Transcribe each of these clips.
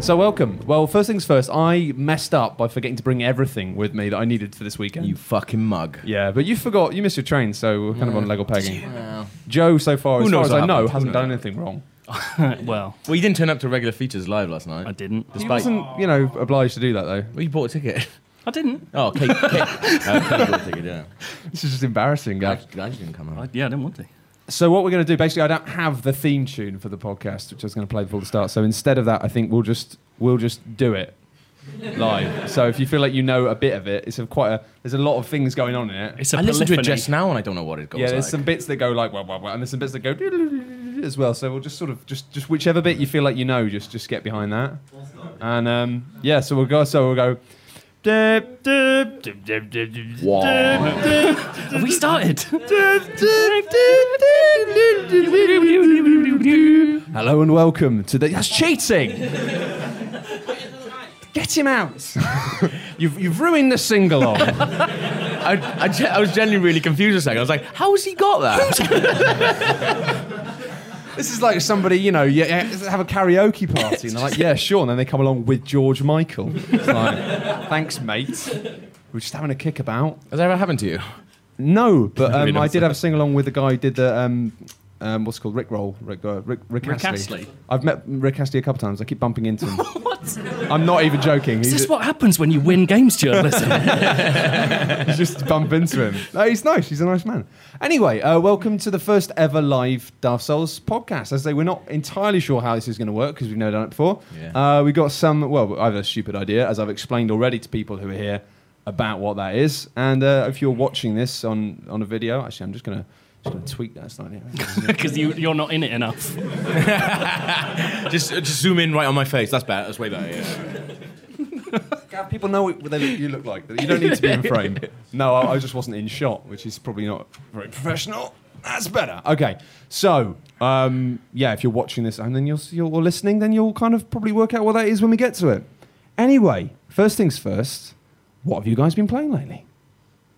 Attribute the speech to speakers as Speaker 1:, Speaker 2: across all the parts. Speaker 1: So welcome. Well, first things first, I messed up by forgetting to bring everything with me that I needed for this weekend.
Speaker 2: You fucking mug.
Speaker 1: yeah, but you forgot. You missed your train, so we're kind of on Lego pegging. Joe, so far,
Speaker 2: Who
Speaker 1: as far
Speaker 2: knows
Speaker 1: as
Speaker 2: what
Speaker 1: I know,
Speaker 2: happened?
Speaker 1: hasn't
Speaker 2: Who
Speaker 1: done anything wrong.
Speaker 3: well,
Speaker 2: Well, you didn't turn up to regular features live last
Speaker 3: I
Speaker 2: night.
Speaker 3: didn't.
Speaker 1: He
Speaker 2: Despite-
Speaker 1: wasn't, you know, obliged to do that though.
Speaker 2: Well, you bought a ticket.
Speaker 3: I didn't.
Speaker 2: Oh, Kate, Kate, uh, Kate bought a ticket, yeah.
Speaker 1: This is just embarrassing,
Speaker 2: I, I
Speaker 1: guys.
Speaker 2: just didn't come
Speaker 3: I,
Speaker 2: out.
Speaker 3: yeah, I didn't want to.
Speaker 1: So what we're going to do, basically, I don't have the theme tune for the podcast, which I was going to play before the start. So instead of that, I think we'll just we'll just do it live. so if you feel like you know a bit of it, it's a quite a there's a lot of things going on in it.
Speaker 3: It's a
Speaker 2: I listened to it
Speaker 3: polyphony.
Speaker 2: just now and I don't know what it goes
Speaker 1: Yeah, there's
Speaker 2: like.
Speaker 1: some bits that go like wah, wah, wah, and there's some bits that go as well. So we'll just sort of just just whichever bit you feel like you know, just just get behind that. And um, yeah, so we'll go. So we'll go.
Speaker 2: Wow.
Speaker 3: Have we started?
Speaker 1: Hello and welcome to the. That's cheating! Get him out! you've, you've ruined the sing along.
Speaker 2: I, I, ge- I was genuinely really confused a second. I was like, how has he got that?
Speaker 1: this is like somebody, you know, you you have a karaoke party and they're like, yeah, sure. And then they come along with George Michael. It's like, thanks, mate. We're just having a kick about.
Speaker 2: has that ever happened to you?
Speaker 1: No, but
Speaker 2: Really
Speaker 1: um, I
Speaker 2: not.
Speaker 1: did have a sing along with the guy who did the um, um, what's it called Rick Roll, Rick uh, Rick, Rick,
Speaker 3: Rick
Speaker 1: Astley.
Speaker 3: Astley?
Speaker 1: I've met Rick Astley a couple times. I keep bumping into him.
Speaker 3: what?
Speaker 1: I'm not even joking.
Speaker 3: Is
Speaker 1: He's,
Speaker 3: this what happens when you win games journalism?
Speaker 1: he's just bump into him. No, he's nice. He's a nice man. Anyway, uh, welcome to the first ever live Dark Souls podcast. As I say, we're not entirely sure how this is going to work because we've never done it before.
Speaker 2: Yeah.
Speaker 1: Uh, we got some. Well, I have a stupid idea, as I've explained already to people who are here about what that is. And uh, if you're watching this on on a video, actually, I'm just gonna just gonna tweak that slightly.
Speaker 3: Because you, you're not in it enough.
Speaker 2: Just, uh, just zoom in right on my face. That's better. That's way better. Yeah.
Speaker 1: Gav, people know what they look, you look like. You don't need to be in frame. No, I, I just wasn't in shot, which is probably not very professional. That's better. Okay, so um, yeah, if you're watching this and then you're, you're or listening, then you'll kind of probably work out what that is when we get to it. Anyway, first things first. What have you guys been playing lately?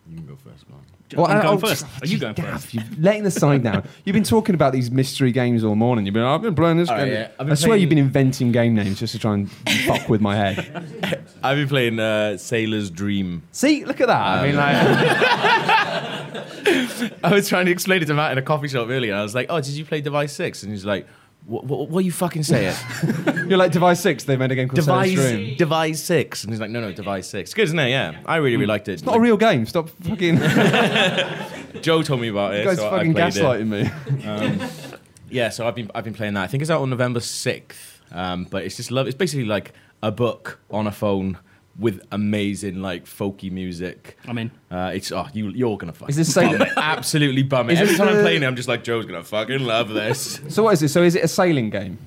Speaker 2: You can go first, man.
Speaker 3: I'm
Speaker 1: I- oh,
Speaker 3: going first. Are you going
Speaker 1: Gav,
Speaker 3: first?
Speaker 1: you letting the side down. You've been talking about these mystery games all morning. You've been, I've been playing this
Speaker 2: Oh,
Speaker 1: game.
Speaker 2: yeah. I've been
Speaker 1: I swear
Speaker 2: playing-
Speaker 1: you've been inventing game names just to try and fuck with my head.
Speaker 2: I've been playing uh, Sailor's Dream.
Speaker 1: See, look at that. I mean, like,
Speaker 2: I was trying to explain it to Matt in a coffee shop earlier. And I was like, oh, did you play Device 6? And he's like, what, what, what are you fucking saying?
Speaker 1: you're like Device Six. They made a game called Device. Room.
Speaker 2: Device, Device 6. And he's like, no, no, Device 6. Good, isn't it? Yeah. I really, really liked it.
Speaker 1: Hmm. It's not a real game. Stop fucking. you
Speaker 2: Joe told me about it.
Speaker 1: guys,
Speaker 2: so I
Speaker 1: fucking
Speaker 2: played it.
Speaker 1: gaslighting me.
Speaker 2: Yeah, so I've been I've been playing that. I think it's out on November sixth. Um, but it's just love. It's basically like a book on a phone with amazing like folky music.
Speaker 3: I mean,
Speaker 2: Uh, it's oh you you're gonna fuck.
Speaker 1: Is this
Speaker 2: bum
Speaker 1: Sailor-
Speaker 2: it. absolutely bum it.
Speaker 1: Is
Speaker 2: Every
Speaker 1: this
Speaker 2: time
Speaker 1: the-
Speaker 2: I'm playing it, I'm just like Joe's gonna fucking love this.
Speaker 1: So what is it? So is it a sailing game?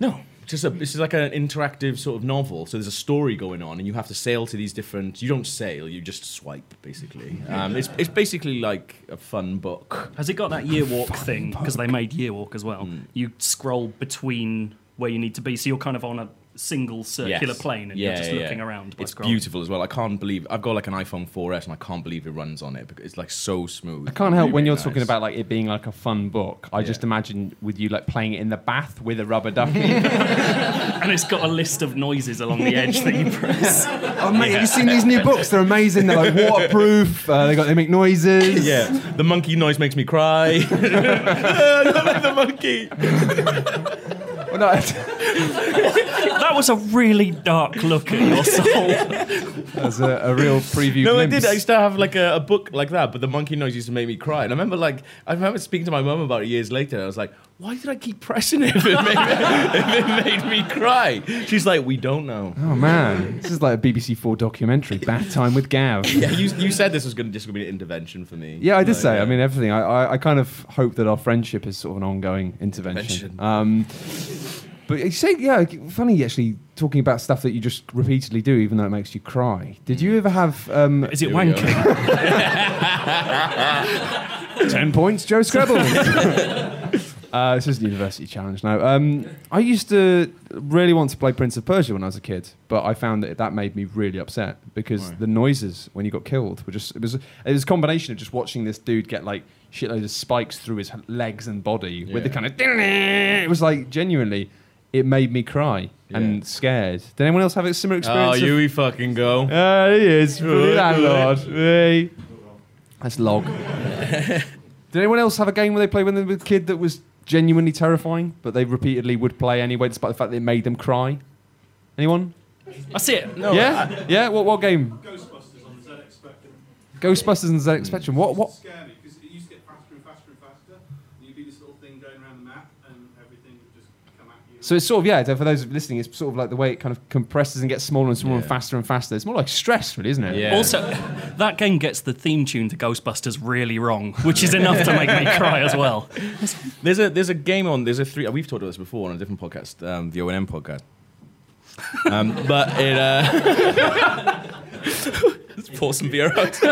Speaker 2: no. Just a, this is like an interactive sort of novel. So there's a story going on, and you have to sail to these different. You don't sail, you just swipe, basically. Um, it's, it's basically like a fun book.
Speaker 3: has it got that year walk thing? Because they made year walk as well. You scroll between where you need to be, so you're kind of on a single circular
Speaker 2: Yes.
Speaker 3: plane, and
Speaker 2: Yeah,
Speaker 3: you're just
Speaker 2: yeah,
Speaker 3: looking
Speaker 2: yeah.
Speaker 3: around. oh. By
Speaker 2: It's
Speaker 3: scrolling.
Speaker 2: beautiful as well. I can't believe I've got like an iPhone 4S and I can't believe it runs on it because it's like so smooth.
Speaker 1: I can't help
Speaker 2: Really,
Speaker 1: when you're
Speaker 2: really
Speaker 1: talking
Speaker 2: nice.
Speaker 1: about like it being like a fun book. I
Speaker 2: Yeah.
Speaker 1: just imagine with you like playing it in the bath with a rubber ducky.
Speaker 3: And it's got a list of noises along the edge that you press.
Speaker 1: oh mate, have you seen these new books? They're amazing. They're like waterproof. Uh, they got they make noises.
Speaker 2: Yeah, the monkey noise makes me cry. the monkey.
Speaker 1: Well, no,
Speaker 3: that was a really dark look at your soul.
Speaker 1: that's a, a real preview.
Speaker 2: No, I
Speaker 1: glimpse.
Speaker 2: did. I used to have like a, a book like that, but the monkey noise used to make me cry. And I remember like I remember speaking to my mum about it years later. And I was like, why did I keep pressing it if it made, if it made me cry? She's like, we don't know.
Speaker 1: Oh man, this is like a BBC Four documentary. Bath time with Gav.
Speaker 2: Yeah, you, you said this was going to just gonna be an intervention for me.
Speaker 1: Yeah, I did
Speaker 2: Like,
Speaker 1: say. I
Speaker 2: yeah.
Speaker 1: mean, everything. I, I, I kind of hope that our friendship is sort of an ongoing intervention.
Speaker 2: Intervention.
Speaker 1: Um, but you say, yeah, funny actually talking about stuff that you just repeatedly do, even though it makes you cry.
Speaker 2: Mm.
Speaker 1: Did you ever have um,
Speaker 3: Is it
Speaker 2: Here we go.
Speaker 3: wanking?
Speaker 1: ten points, Joe Scrabble? uh, this is the university challenge now. Um, I used to really want to play Prince of Persia when I was a kid, but I found that that made me really upset because
Speaker 2: Why?
Speaker 1: the noises when you got killed were just it was it was a combination of just watching this dude get like shitload of spikes through his legs and body with the
Speaker 2: Yeah.
Speaker 1: kind of it was like genuinely it made me cry
Speaker 2: Yeah.
Speaker 1: and scared. Did anyone else have a similar
Speaker 2: Oh,
Speaker 1: experience? of-
Speaker 2: you we fucking go.
Speaker 1: Ah, he is. bloody landlord. Hey. That's log. Did anyone else have a game where they played when they were a kid that was genuinely terrifying, but they repeatedly would play anyway, despite the fact that it made them cry? Anyone?
Speaker 3: That's it.
Speaker 2: No,
Speaker 1: yeah? yeah? What, what game?
Speaker 4: Ghostbusters on the ZX Spectrum.
Speaker 1: Ghostbusters and ZX Spectrum. What?
Speaker 4: It
Speaker 1: What?
Speaker 4: scared me because it used to get faster and faster and faster. And you'd do this little thing going around the map and everything would just come at you.
Speaker 1: So it's sort of, yeah, so for those listening, it's sort of like the way it kind of compresses and gets smaller and smaller and
Speaker 2: Yeah.
Speaker 1: faster and faster. It's more like stress, really, isn't it?
Speaker 2: Yeah.
Speaker 3: Also, that game gets the theme tune to Ghostbusters really wrong, which is enough to make me cry as well.
Speaker 2: There's a there's a game on there's a three we've talked about this before on a different podcast, um, the O and M podcast. Um, but it uh, let's pour some beer out.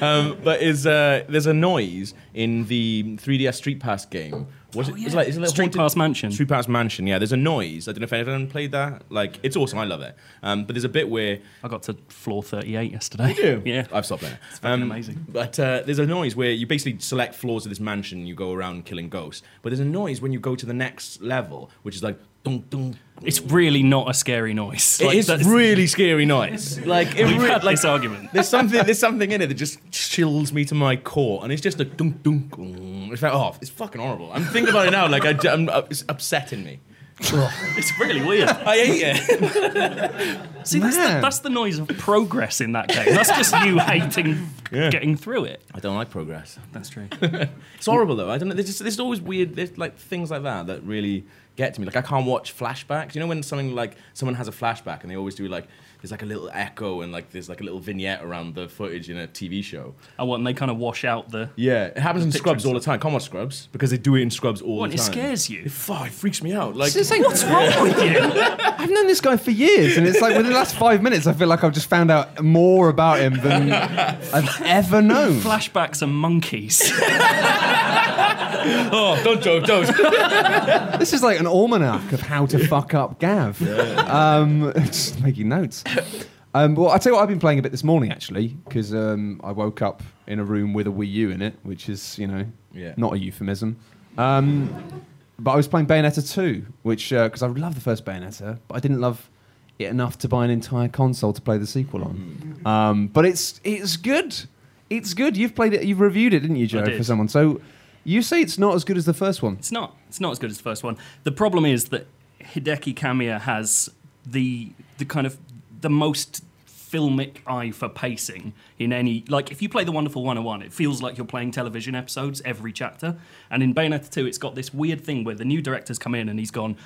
Speaker 2: um, but is uh, there's a noise in the 3DS Street Pass game. What's it, it's like it's a little
Speaker 3: Oh, Street
Speaker 2: haunted-
Speaker 3: Pass Mansion.
Speaker 2: Street Pass Mansion. Yeah, there's a noise. I don't know if anyone played that. Like it's awesome. I love it. Um, but there's a bit where
Speaker 3: I got to floor 38 yesterday. Yeah.
Speaker 2: I've stopped playing. It's
Speaker 3: fucking amazing.
Speaker 2: But uh, there's a noise where you basically select floors of this mansion, you go around killing ghosts. But there's a noise when you go to the next level, which is like dun dun.
Speaker 3: It's really not a scary noise.
Speaker 2: It
Speaker 3: Like,
Speaker 2: is
Speaker 3: that's-
Speaker 2: really scary noise. Like it
Speaker 3: We've
Speaker 2: really
Speaker 3: had
Speaker 2: like.
Speaker 3: this argument.
Speaker 2: There's something, there's something in it that just chills me to my core, and it's just a dunk dunk. It's like, oh, it's fucking horrible. I'm thinking about it now, like I, am it's upsetting me.
Speaker 3: It's really weird.
Speaker 2: I hate it.
Speaker 3: See, that's the,
Speaker 1: Man.
Speaker 3: that's the noise of progress in that game. That's just you hating getting through it.
Speaker 2: I don't like progress.
Speaker 3: That's true.
Speaker 2: It's horrible though. I don't know. There's, just, there's always weird, there's like things like that that really get to me. Like I can't watch flashbacks. You know when something like someone has a flashback and they always do like there's like a little echo and like there's like a little vignette around the footage in a TV show.
Speaker 3: I want they kind of wash out the.
Speaker 2: Yeah, it happens in
Speaker 3: picture
Speaker 2: Scrubs
Speaker 3: and
Speaker 2: all the time. Can't watch Scrubs because they do it in Scrubs all
Speaker 3: What?
Speaker 2: the
Speaker 3: It
Speaker 2: time.
Speaker 3: scares you.
Speaker 2: It, fuck, it freaks me out. Like
Speaker 1: It's like,
Speaker 3: What's wrong with you?
Speaker 1: I've known this guy for years, and it's like within the last five minutes, I feel like I've just found out more about him than I've ever known.
Speaker 3: Flashbacks and monkeys.
Speaker 2: oh, don't joke, don't.
Speaker 1: This is like an almanac of how to fuck up Gav. Um, just making notes. Um, well, I tell you what, I've been playing a bit this morning actually because um, I woke up in a room with a Wii U in it, which is you know
Speaker 2: Yeah.
Speaker 1: not a euphemism. Um, but I was playing Bayonetta two, which because I love the first Bayonetta, but I didn't love it enough to buy an entire console to play the sequel on. Um, but it's it's good. It's good. You've played it. You've reviewed it, didn't you, Joe,
Speaker 3: did.
Speaker 1: for someone? So you say it's not as good as the first one.
Speaker 3: It's not. It's not as good as the first one. The problem is that Hideki Kamiya has the the kind of the most filmic eye for pacing in any like if you play the wonderful 101 it feels like you're playing television episodes every chapter and in bayonetta 2 it's got this weird thing where the new director's come in and he's gone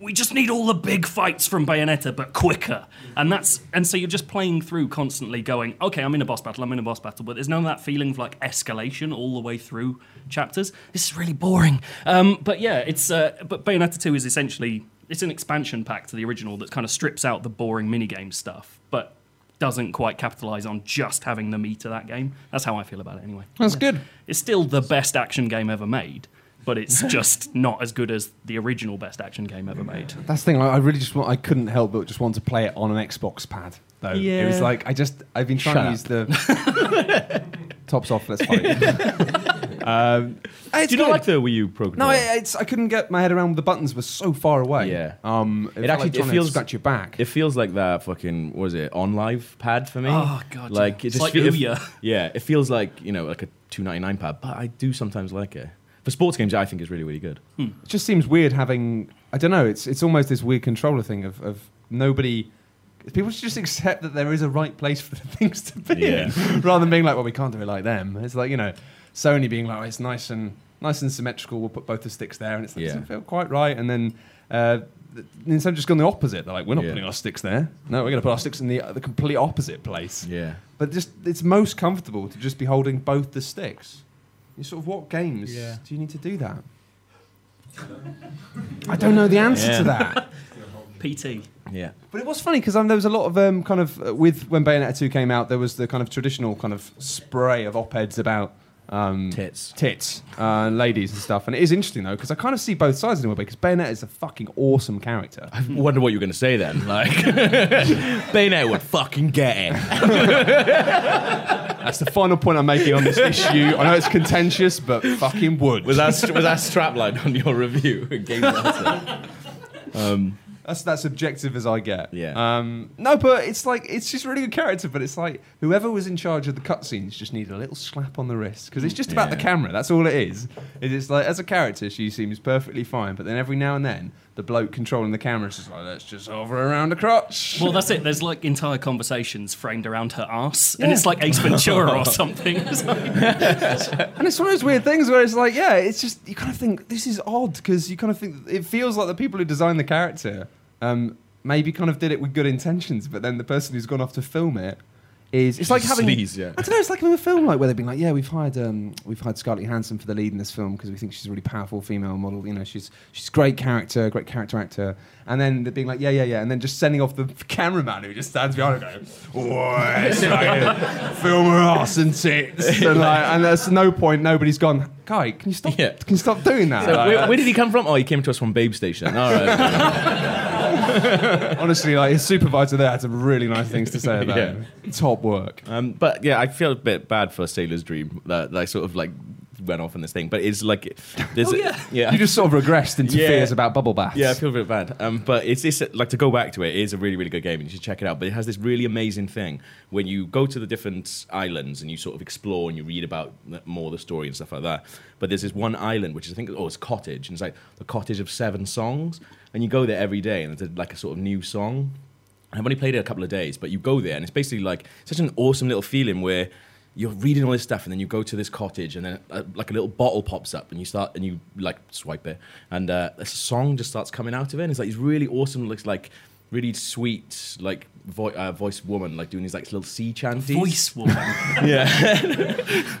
Speaker 3: we just need all the big fights from bayonetta but quicker and that's and so you're just playing through constantly going okay i'm in a boss battle i'm in a boss battle but there's none of that feeling of like escalation all the way through chapters this is really boring um, but yeah it's uh, but bayonetta 2 is essentially it's an expansion pack to the original that kind of strips out the boring minigame stuff but doesn't quite capitalize on just having the meat of that game that's how i feel about it anyway
Speaker 1: That's good.
Speaker 3: it's still the best action game ever made but it's just not as good as the original best action game ever made
Speaker 1: That's the thing. I I really just want. I couldn't help but just want to play it on an Xbox pad. Though it was
Speaker 3: Yeah.
Speaker 1: like I just. I've been trying
Speaker 2: Shut
Speaker 1: to
Speaker 2: up.
Speaker 1: use the tops off. Let's fight. um, it's
Speaker 2: do you not
Speaker 1: good.
Speaker 2: like the Wii U program?
Speaker 1: No, I, it's. I couldn't get my head around. The buttons were so far away.
Speaker 2: Yeah.
Speaker 1: Um. It, actually
Speaker 2: actually- it
Speaker 1: like feels
Speaker 2: feels-
Speaker 1: to scratch your back.
Speaker 2: It feels like that fucking what was it on live pad for me.
Speaker 3: Oh, God,
Speaker 2: Like it
Speaker 3: yeah. It's
Speaker 2: just
Speaker 3: like
Speaker 2: fe- if-
Speaker 3: Ouya.
Speaker 2: yeah, it feels like you know like a two ninety nine pad, but I do sometimes like it for sports games. I think it's really really good.
Speaker 1: it just seems weird having. I don't know. It's. It's almost this weird controller thing of of nobody. People should just accept that there is a right place for the things to be.
Speaker 2: Yeah.
Speaker 1: rather than being like, well, we can't do it like them. It's like you know, Sony being like, oh, it's nice and nice and symmetrical. We'll put both the sticks there, and it's like,
Speaker 2: Yeah.
Speaker 1: doesn't feel quite right. And then uh, th- instead of just going the opposite, they're like, we're not
Speaker 2: Yeah.
Speaker 1: putting our sticks there. No, we're going to put our sticks in the the complete opposite place.
Speaker 2: Yeah,
Speaker 1: But just it's most comfortable to just be holding both the sticks. You sort of what games
Speaker 2: Yeah.
Speaker 1: do you need to do that? I don't know the answer
Speaker 2: Yeah.
Speaker 1: to that.
Speaker 3: pt
Speaker 2: yeah.
Speaker 1: But it was funny because um, there was a lot of um, kind of uh, with when Bayonetta two came out, there was the kind of traditional kind of spray of op eds about um,
Speaker 2: Tits.
Speaker 1: tits, uh, ladies and stuff. And it is interesting though because I kind of see both sides in a way because Bayonetta is a fucking awesome character.
Speaker 2: I wonder what you're gonna say then. Like Bayonetta would fucking get it.
Speaker 1: That's the final point I'm making on this issue. I know it's contentious, but fucking would.
Speaker 2: Was that was that strapline on your review? Game Master? Um,
Speaker 1: That's that's objective as I get.
Speaker 2: Yeah.
Speaker 1: Um, no, but it's like it's just really good character. But it's like whoever was in charge of the cutscenes just needed a little slap on the wrist because it's just about the
Speaker 2: Yeah.
Speaker 1: camera. That's all it is. It is like as a character, she seems perfectly fine. But then every now and then, the bloke controlling the camera is just like, let's just hover around the crotch.
Speaker 3: Well, that's it. There's like entire conversations framed around her ass, and it's like Ace Ventura or something. It's like-
Speaker 1: And it's one of those weird things where it's like, yeah, it's just you kind of think this is odd because you kind of think it feels like the people who designed the character um, maybe kind of did it with good intentions, but then the person who's gone off to film it is it's like having
Speaker 2: Sleaze, yeah.
Speaker 1: I don't know, it's like having a film like where they've been like, yeah, we've hired um, we've hired Scarlett Johansson for the lead in this film because we think she's a really powerful female model. You know, she's she's great character, great character actor. And then they're being like, yeah, yeah, yeah, and then just sending off the cameraman who just stands behind her going, "Oi, it's like, film her ass and tits," and, like, and there's no point. Nobody's gone, guy. Can you stop?
Speaker 2: Yeah.
Speaker 1: Can you stop doing that? Like,
Speaker 2: where, where did he come from? Oh, he came to us from Babe Station. All right.
Speaker 1: honestly, like his supervisor there had some really nice things to say about
Speaker 2: Yeah.
Speaker 1: him. Top work.
Speaker 2: Um, but yeah, I feel a bit bad for Sailor's Dream uh, that like sort of like went off on this thing. But it's like there's
Speaker 3: Oh, yeah.
Speaker 2: yeah.
Speaker 1: You just sort of regressed into
Speaker 2: Yeah.
Speaker 1: fears about bubble baths.
Speaker 2: yeah, I feel a bit bad. Um, but it's this like to go back to it. It is a really, really good game, and you should check it out. But it has this really amazing thing when you go to the different islands and you sort of explore and you read about more of the story and stuff like that. But there's this one island which is, I think oh it's cottage and it's like the cottage of seven songs, and you go there every day and there's like a sort of new song. I've only played it a couple of days, but you go there and it's basically like such an awesome little feeling where you're reading all this stuff and then you go to this cottage and then uh, like a little bottle pops up and you start and you like swipe it and uh, a song just starts coming out of it and it's like it's really awesome looks like really sweet like vo- uh, voice woman like doing these like little sea chanties
Speaker 3: Voice woman.
Speaker 2: yeah.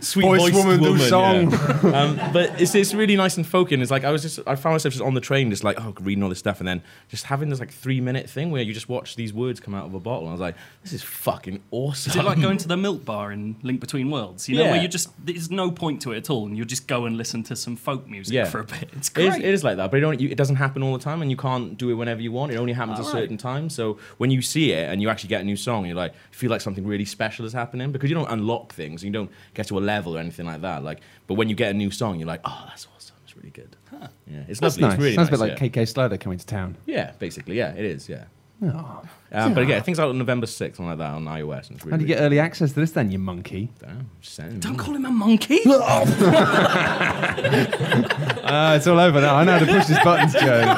Speaker 2: Sweet
Speaker 1: Voice
Speaker 2: voiced
Speaker 1: woman, do song.
Speaker 2: yeah. um, but it's it's really nice and focused. It's like I was just I found myself just on the train, just like oh reading all this stuff, and then just having this like three minute thing where you just watch these words come out of a bottle. And I was like, this is fucking awesome.
Speaker 3: Is it like going to the milk bar in Link Between Worlds? You know,
Speaker 2: Yeah.
Speaker 3: where you just there's no point to it at all, and you'll just go and listen to some folk music
Speaker 2: Yeah.
Speaker 3: for a bit. It's
Speaker 2: It
Speaker 3: great.
Speaker 2: is, it is like that, but it, don't, you, it doesn't happen all the time, and you can't do it whenever you want. It only happens at
Speaker 3: Alright.
Speaker 2: certain times. So when you see it and you actually get a new song, you're like feel like something really special is happening because you don't unlock things, you don't get to a level or anything like that. Like, but when you get a new song, you're like, oh, that's awesome. It's really good. Yeah, it's
Speaker 1: That's
Speaker 2: lovely.
Speaker 1: nice.
Speaker 2: It's really
Speaker 1: Sounds
Speaker 2: nice.
Speaker 1: a bit like
Speaker 2: yeah.
Speaker 1: KK Slider coming to town.
Speaker 2: yeah, basically, yeah, it is. Yeah.
Speaker 1: Oh.
Speaker 2: Um, But again, things out on November 6th, something like that on iOS. And it's really,
Speaker 1: How do you get
Speaker 2: really
Speaker 1: early access to this then, you monkey?
Speaker 2: Damn, just saying.
Speaker 3: Don't call him a monkey.
Speaker 1: Uh, it's all over now. I know how to push these buttons, Joe.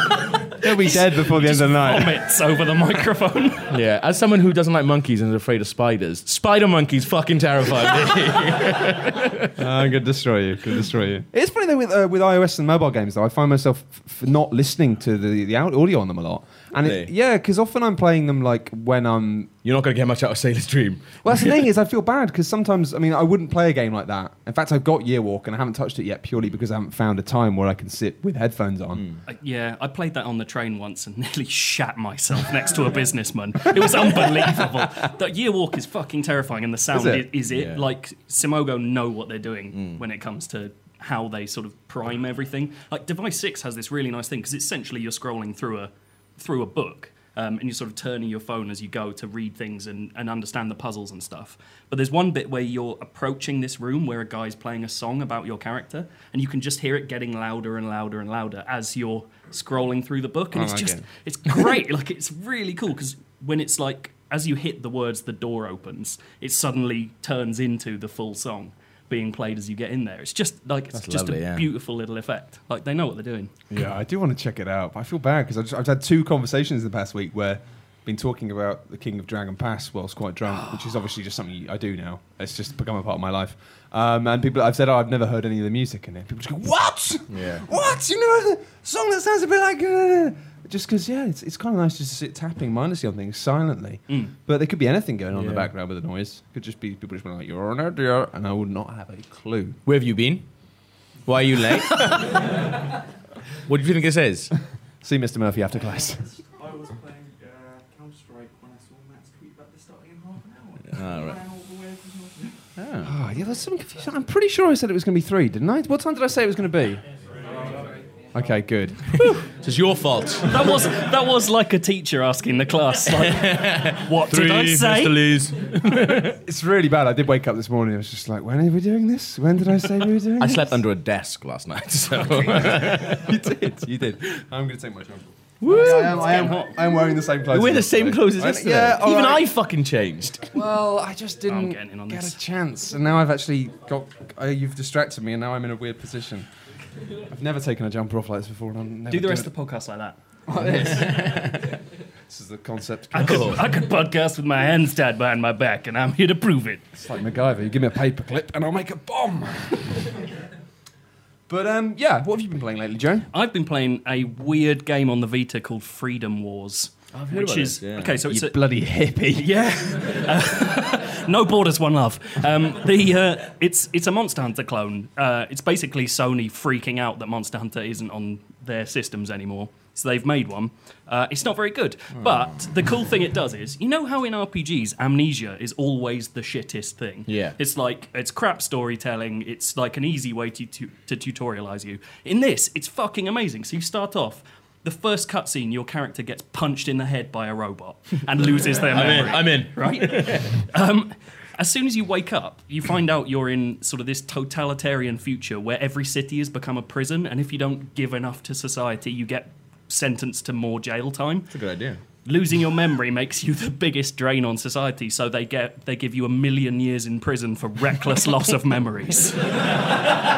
Speaker 1: He'll be dead before the end of the night.
Speaker 3: Vomits over the microphone.
Speaker 2: Yeah, as someone who doesn't like monkeys and is afraid of spiders, spider monkeys fucking terrify me.
Speaker 1: Ah, I'm going to destroy you. Could destroy you. It's funny though with uh, with iOS and mobile games though. I find myself f- f- not listening to the the out- audio on them a lot. And it,
Speaker 2: Really?
Speaker 1: yeah, because often I'm playing them like when I'm
Speaker 2: You're not going to get much out of Sailor's Dream.
Speaker 1: Well, that's the thing is, I feel bad because sometimes, I mean, I wouldn't play a game like that. In fact, I've got Yearwalk and I haven't touched it yet purely because I haven't found a time where I can sit with headphones on.
Speaker 3: Uh, yeah, I played that on the train once and nearly shat myself next to a businessman. It was unbelievable. That year walk is fucking terrifying, and the sound
Speaker 1: Is
Speaker 3: is
Speaker 1: it?
Speaker 3: it, is it
Speaker 2: Yeah. Mm.
Speaker 3: like Simogo know what they're doing when it comes to how they sort of prime everything. Like Device Six has this really nice thing because essentially you're scrolling through a through a book. Um, and you're sort of turning your phone as you go to read things and, and understand the puzzles and stuff. But there's one bit where you're approaching this room where a guy's playing a song about your character, and you can just hear it getting louder and louder and louder as you're scrolling through the book. And
Speaker 2: Oh,
Speaker 3: it's just,
Speaker 2: okay.
Speaker 3: it's great. like, it's really cool because when it's like, as you hit the words, the door opens, it suddenly turns into the full song being played as you get in there. It's just like, it's
Speaker 2: That's
Speaker 3: just
Speaker 2: lovely,
Speaker 3: a
Speaker 2: yeah.
Speaker 3: beautiful little effect. Like, they know what they're doing.
Speaker 1: Yeah, I do want to check it out. But I feel bad because I've, I've had two conversations in the past week where I've been talking about the King of Dragon Pass whilst quite drunk, which is obviously just something I do now. It's just become a part of my life. Um, and people, I've said, oh, I've never heard any of the music in it. People just go, what?
Speaker 2: Yeah.
Speaker 1: What? You know the song that sounds a bit like. Uh, just because, yeah, it's, it's kind of nice just to sit tapping mindlessly on things silently. But there could be anything going on in the
Speaker 2: Mm. Yeah.
Speaker 1: background with the noise. Could just be people just being like, you're an idiot, and I would not have a clue.
Speaker 2: Where have you been? Why are you late? what do you think this is?
Speaker 1: See Mr. Murphy after class.
Speaker 4: I was playing uh, Counter Strike when I saw Matt's tweet about this starting in half an hour.
Speaker 2: Ah, right.
Speaker 4: Ran all the way from half an
Speaker 1: Oh, yeah, there's some confusion. I'm pretty sure I said it was going to be three, didn't I? What time did I say it was going to be? Okay, good.
Speaker 2: It's your fault.
Speaker 3: That was that was like a teacher asking the class, like, "What did I say?"
Speaker 2: Lees.
Speaker 1: It's really bad. I did wake up this morning. I was just like, when are we doing this? When did I say we were doing
Speaker 2: I
Speaker 1: this?
Speaker 2: slept under a desk last night, so
Speaker 1: You did. You did. I'm going to take my jumper. I am, I,
Speaker 3: getting hot.
Speaker 1: am, I am wearing the same clothes.
Speaker 2: We wear
Speaker 1: as
Speaker 2: the same
Speaker 1: yesterday.
Speaker 2: clothes as
Speaker 1: I-
Speaker 2: yesterday.
Speaker 1: Yeah, all
Speaker 2: Even
Speaker 1: right.
Speaker 2: I fucking changed.
Speaker 1: Well, I just didn't
Speaker 3: getting in on
Speaker 1: get
Speaker 3: this.
Speaker 1: a chance, and now I've actually got. Uh, you've distracted me, and now I'm in a weird position. I've never taken a jumper off like this before, and I'm never
Speaker 3: Do the rest
Speaker 1: doing
Speaker 3: of the podcast like that.
Speaker 1: it like this. this is the concept.
Speaker 3: I
Speaker 2: Oh.
Speaker 3: could, I could podcast with my hands tied behind my back, and I'm here to prove it.
Speaker 1: It's like MacGyver. You give me a paperclip, and I'll make a bomb. but um, yeah, what have you been playing lately, Joan?
Speaker 3: I've been playing a weird game on the Vita called Freedom Wars,
Speaker 2: I've
Speaker 3: which is okay. So it's a,
Speaker 1: bloody hippie.
Speaker 3: Yeah. Uh, no borders, one love. Um, the uh, it's it's a Monster Hunter clone. Uh, it's basically Sony freaking out that Monster Hunter isn't on their systems anymore. So they've made one. Uh, it's not very good, but the cool thing it does is, you know how in RPGs amnesia is always the shittest thing.
Speaker 2: Yeah.
Speaker 3: it's like it's crap storytelling. It's like an easy way to to, to tutorialize you. In this, it's fucking amazing. So you start off. The first cutscene, your character gets punched in the head by a robot and loses their
Speaker 2: I'm
Speaker 3: memory
Speaker 2: in. I'm in.
Speaker 3: right? um, as soon as you wake up, you find out you're in sort of this totalitarian future where every city has become a prison, and if you don't give enough to society, you get sentenced to more jail time.
Speaker 2: That's a good idea.
Speaker 3: Losing your memory makes you the biggest drain on society, so they get they give you a million years in prison for reckless loss of memories.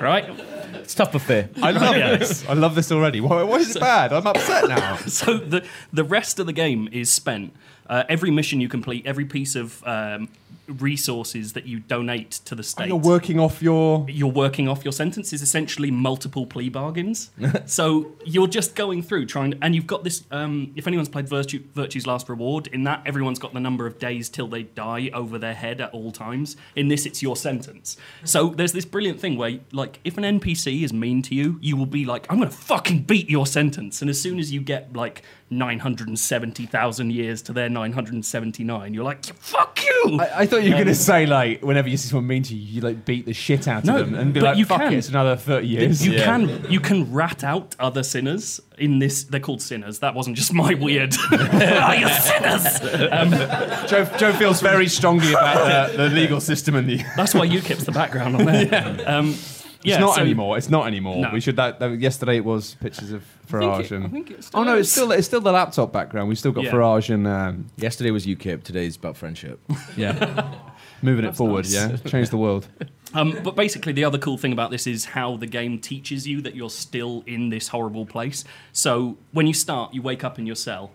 Speaker 3: right?
Speaker 2: It's tough but fair.
Speaker 1: I love
Speaker 3: Yeah.
Speaker 1: this. I love this already. Why, why is it bad? I'm upset now.
Speaker 3: so the the rest of the game is spent. Uh, every mission you complete, every piece of um, resources that you donate to the state,
Speaker 1: You're working off your.
Speaker 3: you're working off your sentence is essentially multiple plea bargains. so you're just going through trying, and you've got this. Um, if anyone's played Virtue, Virtue's Last Reward, in that everyone's got the number of days till they die over their head at all times. In this, it's your sentence. So there's this brilliant thing where, like, if an NPC is mean to you, you will be like, "I'm gonna fucking beat your sentence." And as soon as you get like 970,000 years to their 979, you're like, "Fuck you!"
Speaker 1: I, I thought you were going to say like whenever you see someone mean to you, you like beat the shit out
Speaker 3: No,
Speaker 1: of them and be
Speaker 3: but
Speaker 1: like,
Speaker 3: you
Speaker 1: "Fuck
Speaker 3: can.
Speaker 1: it, it's another thirty years."
Speaker 3: You
Speaker 2: Yeah.
Speaker 3: can you can rat out other sinners in this. They're called sinners. That wasn't just my weird. Are you sinners? Um,
Speaker 1: Joe, Joe feels very strongly about the, the legal system and the.
Speaker 3: That's why UKIP's the background on there. Yeah. Um, yeah,
Speaker 1: it's not
Speaker 3: so-
Speaker 1: anymore. It's not anymore.
Speaker 3: No.
Speaker 1: We should that, that- Yesterday it was pictures of
Speaker 3: I
Speaker 1: Farage
Speaker 3: think it-
Speaker 1: and.
Speaker 3: I think it's
Speaker 1: oh no, it's
Speaker 3: still-
Speaker 1: still it's still the laptop background. We've still got
Speaker 3: Yeah.
Speaker 1: Farage and um,
Speaker 2: Yesterday was UKIP. Today is about friendship.
Speaker 1: yeah, moving it forward.
Speaker 3: nice.
Speaker 1: Yeah, change the world.
Speaker 3: Um, but basically, the other cool thing about this is how the game teaches you that you're still in this horrible place. So when you start, you wake up in your cell.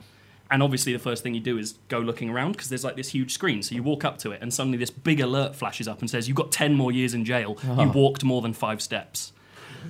Speaker 3: And obviously, the first thing you do is go looking around because there's like this huge screen. So you walk up to it, and suddenly this big alert flashes up and says, You've got 10 more years in jail. You walked more than five steps.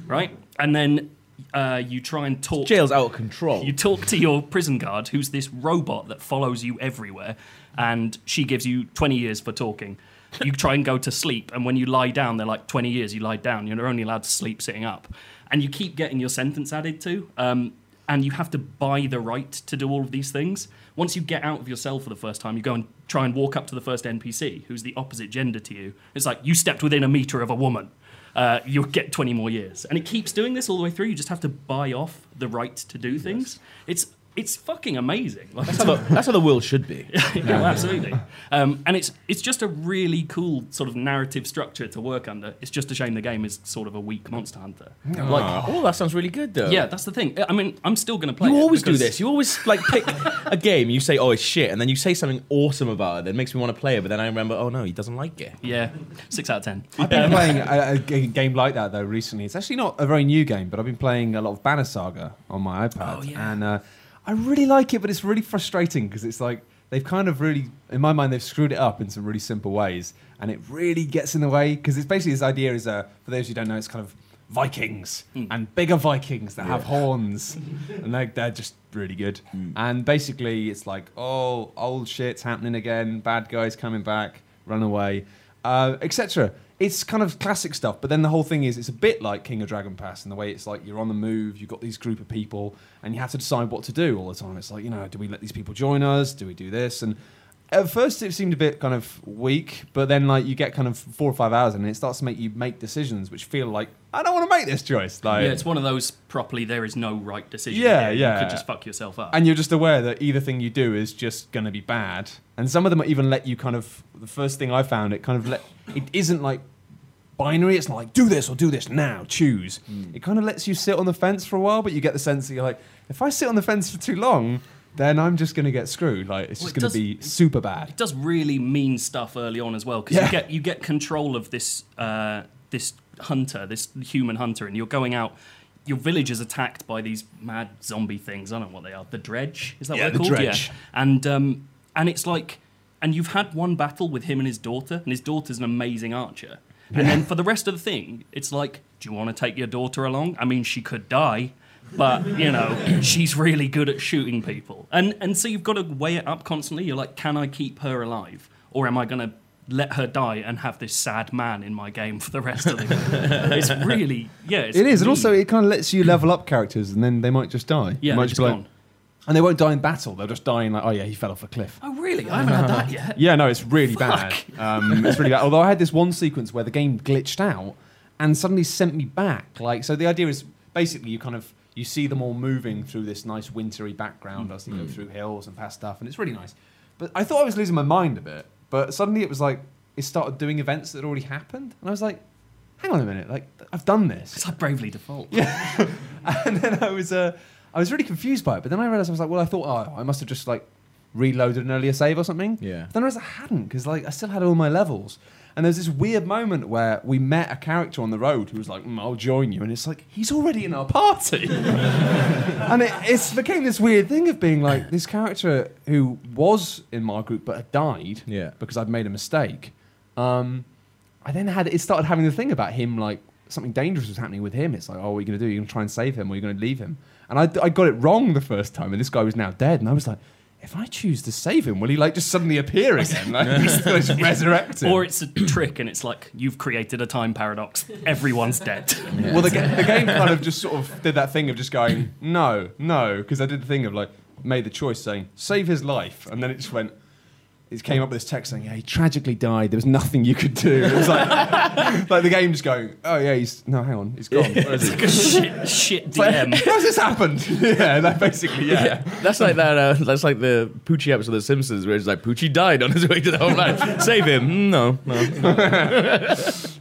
Speaker 3: Right? And then uh, you try and talk.
Speaker 2: Jail's out of control.
Speaker 3: You talk to your prison guard, who's this robot that follows you everywhere, and she gives you 20 years for talking. You try and go to sleep, and when you lie down, they're like 20 years. You lie down, you're only allowed to sleep sitting up. And you keep getting your sentence added to, um, and you have to buy the right to do all of these things. Once you get out of your cell for the first time, you go and try and walk up to the first NPC who's the opposite gender to you. It's like, you stepped within a meter of a woman uh, you'll get 20 more years. And it keeps doing this all the way through. You just have to buy off the right to do things. It's it's fucking amazing. Like,
Speaker 2: that's, how the, that's how the world should be.
Speaker 3: yeah, absolutely. Um, and it's it's just a really cool sort of narrative structure to work under. It's just a shame the game is sort of a weak Monster Hunter.
Speaker 2: Like, oh, that sounds really good though.
Speaker 3: Yeah, that's the thing. I mean, I'm still going to play.
Speaker 2: You
Speaker 3: it
Speaker 2: always do
Speaker 3: because-
Speaker 2: this. You always like pick a game. You say, "Oh, it's shit," and then you say something awesome about it that makes me want to play it. But then I remember, "Oh no, he doesn't like it."
Speaker 3: Yeah, six out of ten.
Speaker 1: I've been playing a, a g- game like that though recently. It's actually not a very new game, but I've been playing a lot of Banner Saga on my iPad,
Speaker 3: Oh, yeah.
Speaker 1: and uh, I really like it. But it's really frustrating because it's like they've kind of really, in my mind, they've screwed it up in some really simple ways, and it really gets in the way because it's basically this idea is uh, for those who don't know, it's kind of Vikings
Speaker 3: Hmm.
Speaker 1: and bigger Vikings that have horns, and like they're just really good.
Speaker 3: Hmm.
Speaker 1: And basically, it's like oh, old shit's happening again, bad guys coming back, run away uh, etc. It's kind of classic stuff, but then the whole thing is it's a bit like King of Dragon Pass in the way it's like you're on the move, you've got these group of people, and you have to decide what to do all the time. It's like, you know, do we let these people join us? Do we do this? And at first it seemed a bit kind of weak, but then like you get kind of four or five hours in, and it starts to make you make decisions which feel like, I don't want to make this choice. Like,
Speaker 3: Yeah, it's one of those properly there is no right decision.
Speaker 1: Yeah,
Speaker 3: here.
Speaker 1: yeah.
Speaker 3: You could just fuck yourself up.
Speaker 1: and you're just aware that either thing you do is just going to be bad. And some of them even let you kind of. The first thing I found, it kind of let. It isn't like binary. It's not like do this or do this now, choose. It kind of lets you sit on the fence for a while, but you get the sense that you're like, if I sit on the fence for too long, then I'm just going to get screwed. Like it's
Speaker 3: Well,
Speaker 1: just
Speaker 3: it
Speaker 1: going
Speaker 3: does-
Speaker 1: to be super bad.
Speaker 3: It does really mean stuff early on as well because
Speaker 1: Yeah.
Speaker 3: you get you get control of this uh, this hunter, this human hunter, and you're going out. Your village is attacked by these mad zombie things. I don't know what they are. The dredge is that
Speaker 2: Yeah,
Speaker 3: what
Speaker 2: the
Speaker 3: they're called?
Speaker 2: Dredge.
Speaker 3: Yeah. And um, and it's like, and you've had one battle with him and his daughter, and his daughter's an amazing archer. And then for the rest of the thing, it's like, do you want to take your daughter along? I mean, she could die, but you know, she's really good at shooting people. And and so you've got to weigh it up constantly. You're like, can I keep her alive, or am I going to let her die and have this sad man in my game for the rest of the game? it's really, yeah, it's
Speaker 1: It is, and also
Speaker 3: mean.
Speaker 1: it kind of lets you level up characters, and then they might just die. You
Speaker 3: yeah,
Speaker 1: might
Speaker 3: it's
Speaker 1: just be like-
Speaker 3: gone.
Speaker 1: and they won't die in battle. They'll just die in like, oh yeah, he fell off a cliff.
Speaker 3: Oh really? I haven't had that yet.
Speaker 1: Yeah, no, it's really bad. Um, it's really bad. Although I had this one sequence where the game glitched out and suddenly sent me back. Like, so the idea is basically you kind of you see them all moving through this nice wintry background as they go through hills and past stuff, and it's really nice. But I thought I was losing my mind a bit, but suddenly it was like it started doing events that had already happened, and I was like, hang on a minute, like I've done this.
Speaker 3: It's like Bravely Default.
Speaker 1: and then I was uh, I was really confused by it. But then I realized I was like, well, I thought, oh, I must have just like reloaded an earlier save or something.
Speaker 2: Yeah.
Speaker 1: But then I realized I hadn't because like I still had all my levels. And there's this weird moment where we met a character on the road who was like, mm, "I'll join you," and it's like he's already in our party. and it it's became this weird thing of being like this character who was in my group but had died
Speaker 2: Yeah.
Speaker 1: because I'd made a mistake. Um, I then had it started having the thing about him like something dangerous was happening with him. It's like, oh, what are you going to do? You're going to try and save him, or you're going to leave him? And I, I got it wrong the first time, and this guy was now dead, and I was like. If I choose to save him, will he like just suddenly appear again? Like he's just resurrected.
Speaker 3: Or it's a trick and it's like, you've created a time paradox. Everyone's dead.
Speaker 1: Well, the, ga- the game kind of just sort of did that thing of just going, no, no, because I did the thing of like, made the choice saying, save his life. And then it just went, it came up with this text saying, yeah, he tragically died. There was nothing you could do. It was like, like the game just going, oh, yeah, he's, no, hang on, he's gone. Where is he?
Speaker 3: shit, shit
Speaker 1: It's like,
Speaker 3: DM.
Speaker 1: How's this happened? yeah, that basically, yeah.
Speaker 2: That's like that. Uh, that's like the Poochie episode of The Simpsons, where it's like Poochie died on his way to the homeland. Save him? Mm, No, no.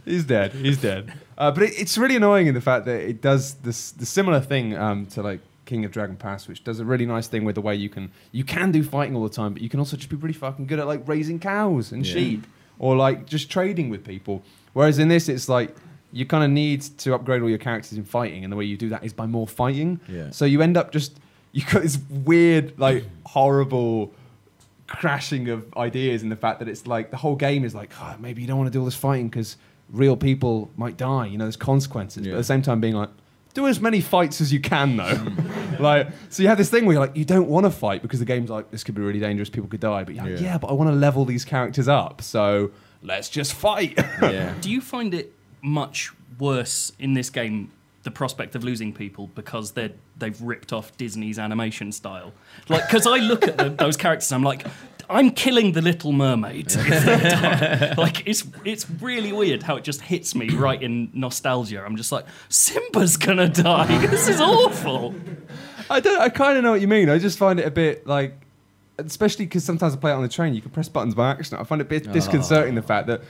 Speaker 1: He's dead. He's dead. Uh, but it, it's really annoying in the fact that it does this the similar thing um, to like King of Dragon Pass, which does a really nice thing with the way you can you can do fighting all the time, but you can also just be really fucking good at like raising cows and
Speaker 2: Yeah.
Speaker 1: sheep or like just trading with people. Whereas in this, it's like you kind of need to upgrade all your characters in fighting, and the way you do that is by more fighting.
Speaker 2: Yeah.
Speaker 1: So you end up just you got this weird like horrible crashing of ideas and the fact that it's like the whole game is like oh, maybe you don't want to do all this fighting because real people might die you know there's consequences but
Speaker 2: Yeah.
Speaker 1: at the same time being like do as many fights as you can though like so you have this thing where you're like you don't want to fight because the game's like this could be really dangerous people could die but you're like,
Speaker 2: Yeah.
Speaker 1: yeah but i want to level these characters up so let's just fight
Speaker 2: Yeah.
Speaker 3: Do you find it much worse in this game, the prospect of losing people, because they're, they've ripped off Disney's animation style? Like, because I look at the, those characters and I'm like, I'm killing the Little Mermaid. if they die." like, it's, it's really weird how it just hits me right in nostalgia. I'm just like, Simba's gonna die. This is awful.
Speaker 1: I don't. I kind of know what you mean. I just find it a bit like, especially because sometimes I play it on the train. You can press buttons by accident. I find it a bit
Speaker 3: Ah.
Speaker 1: disconcerting the fact that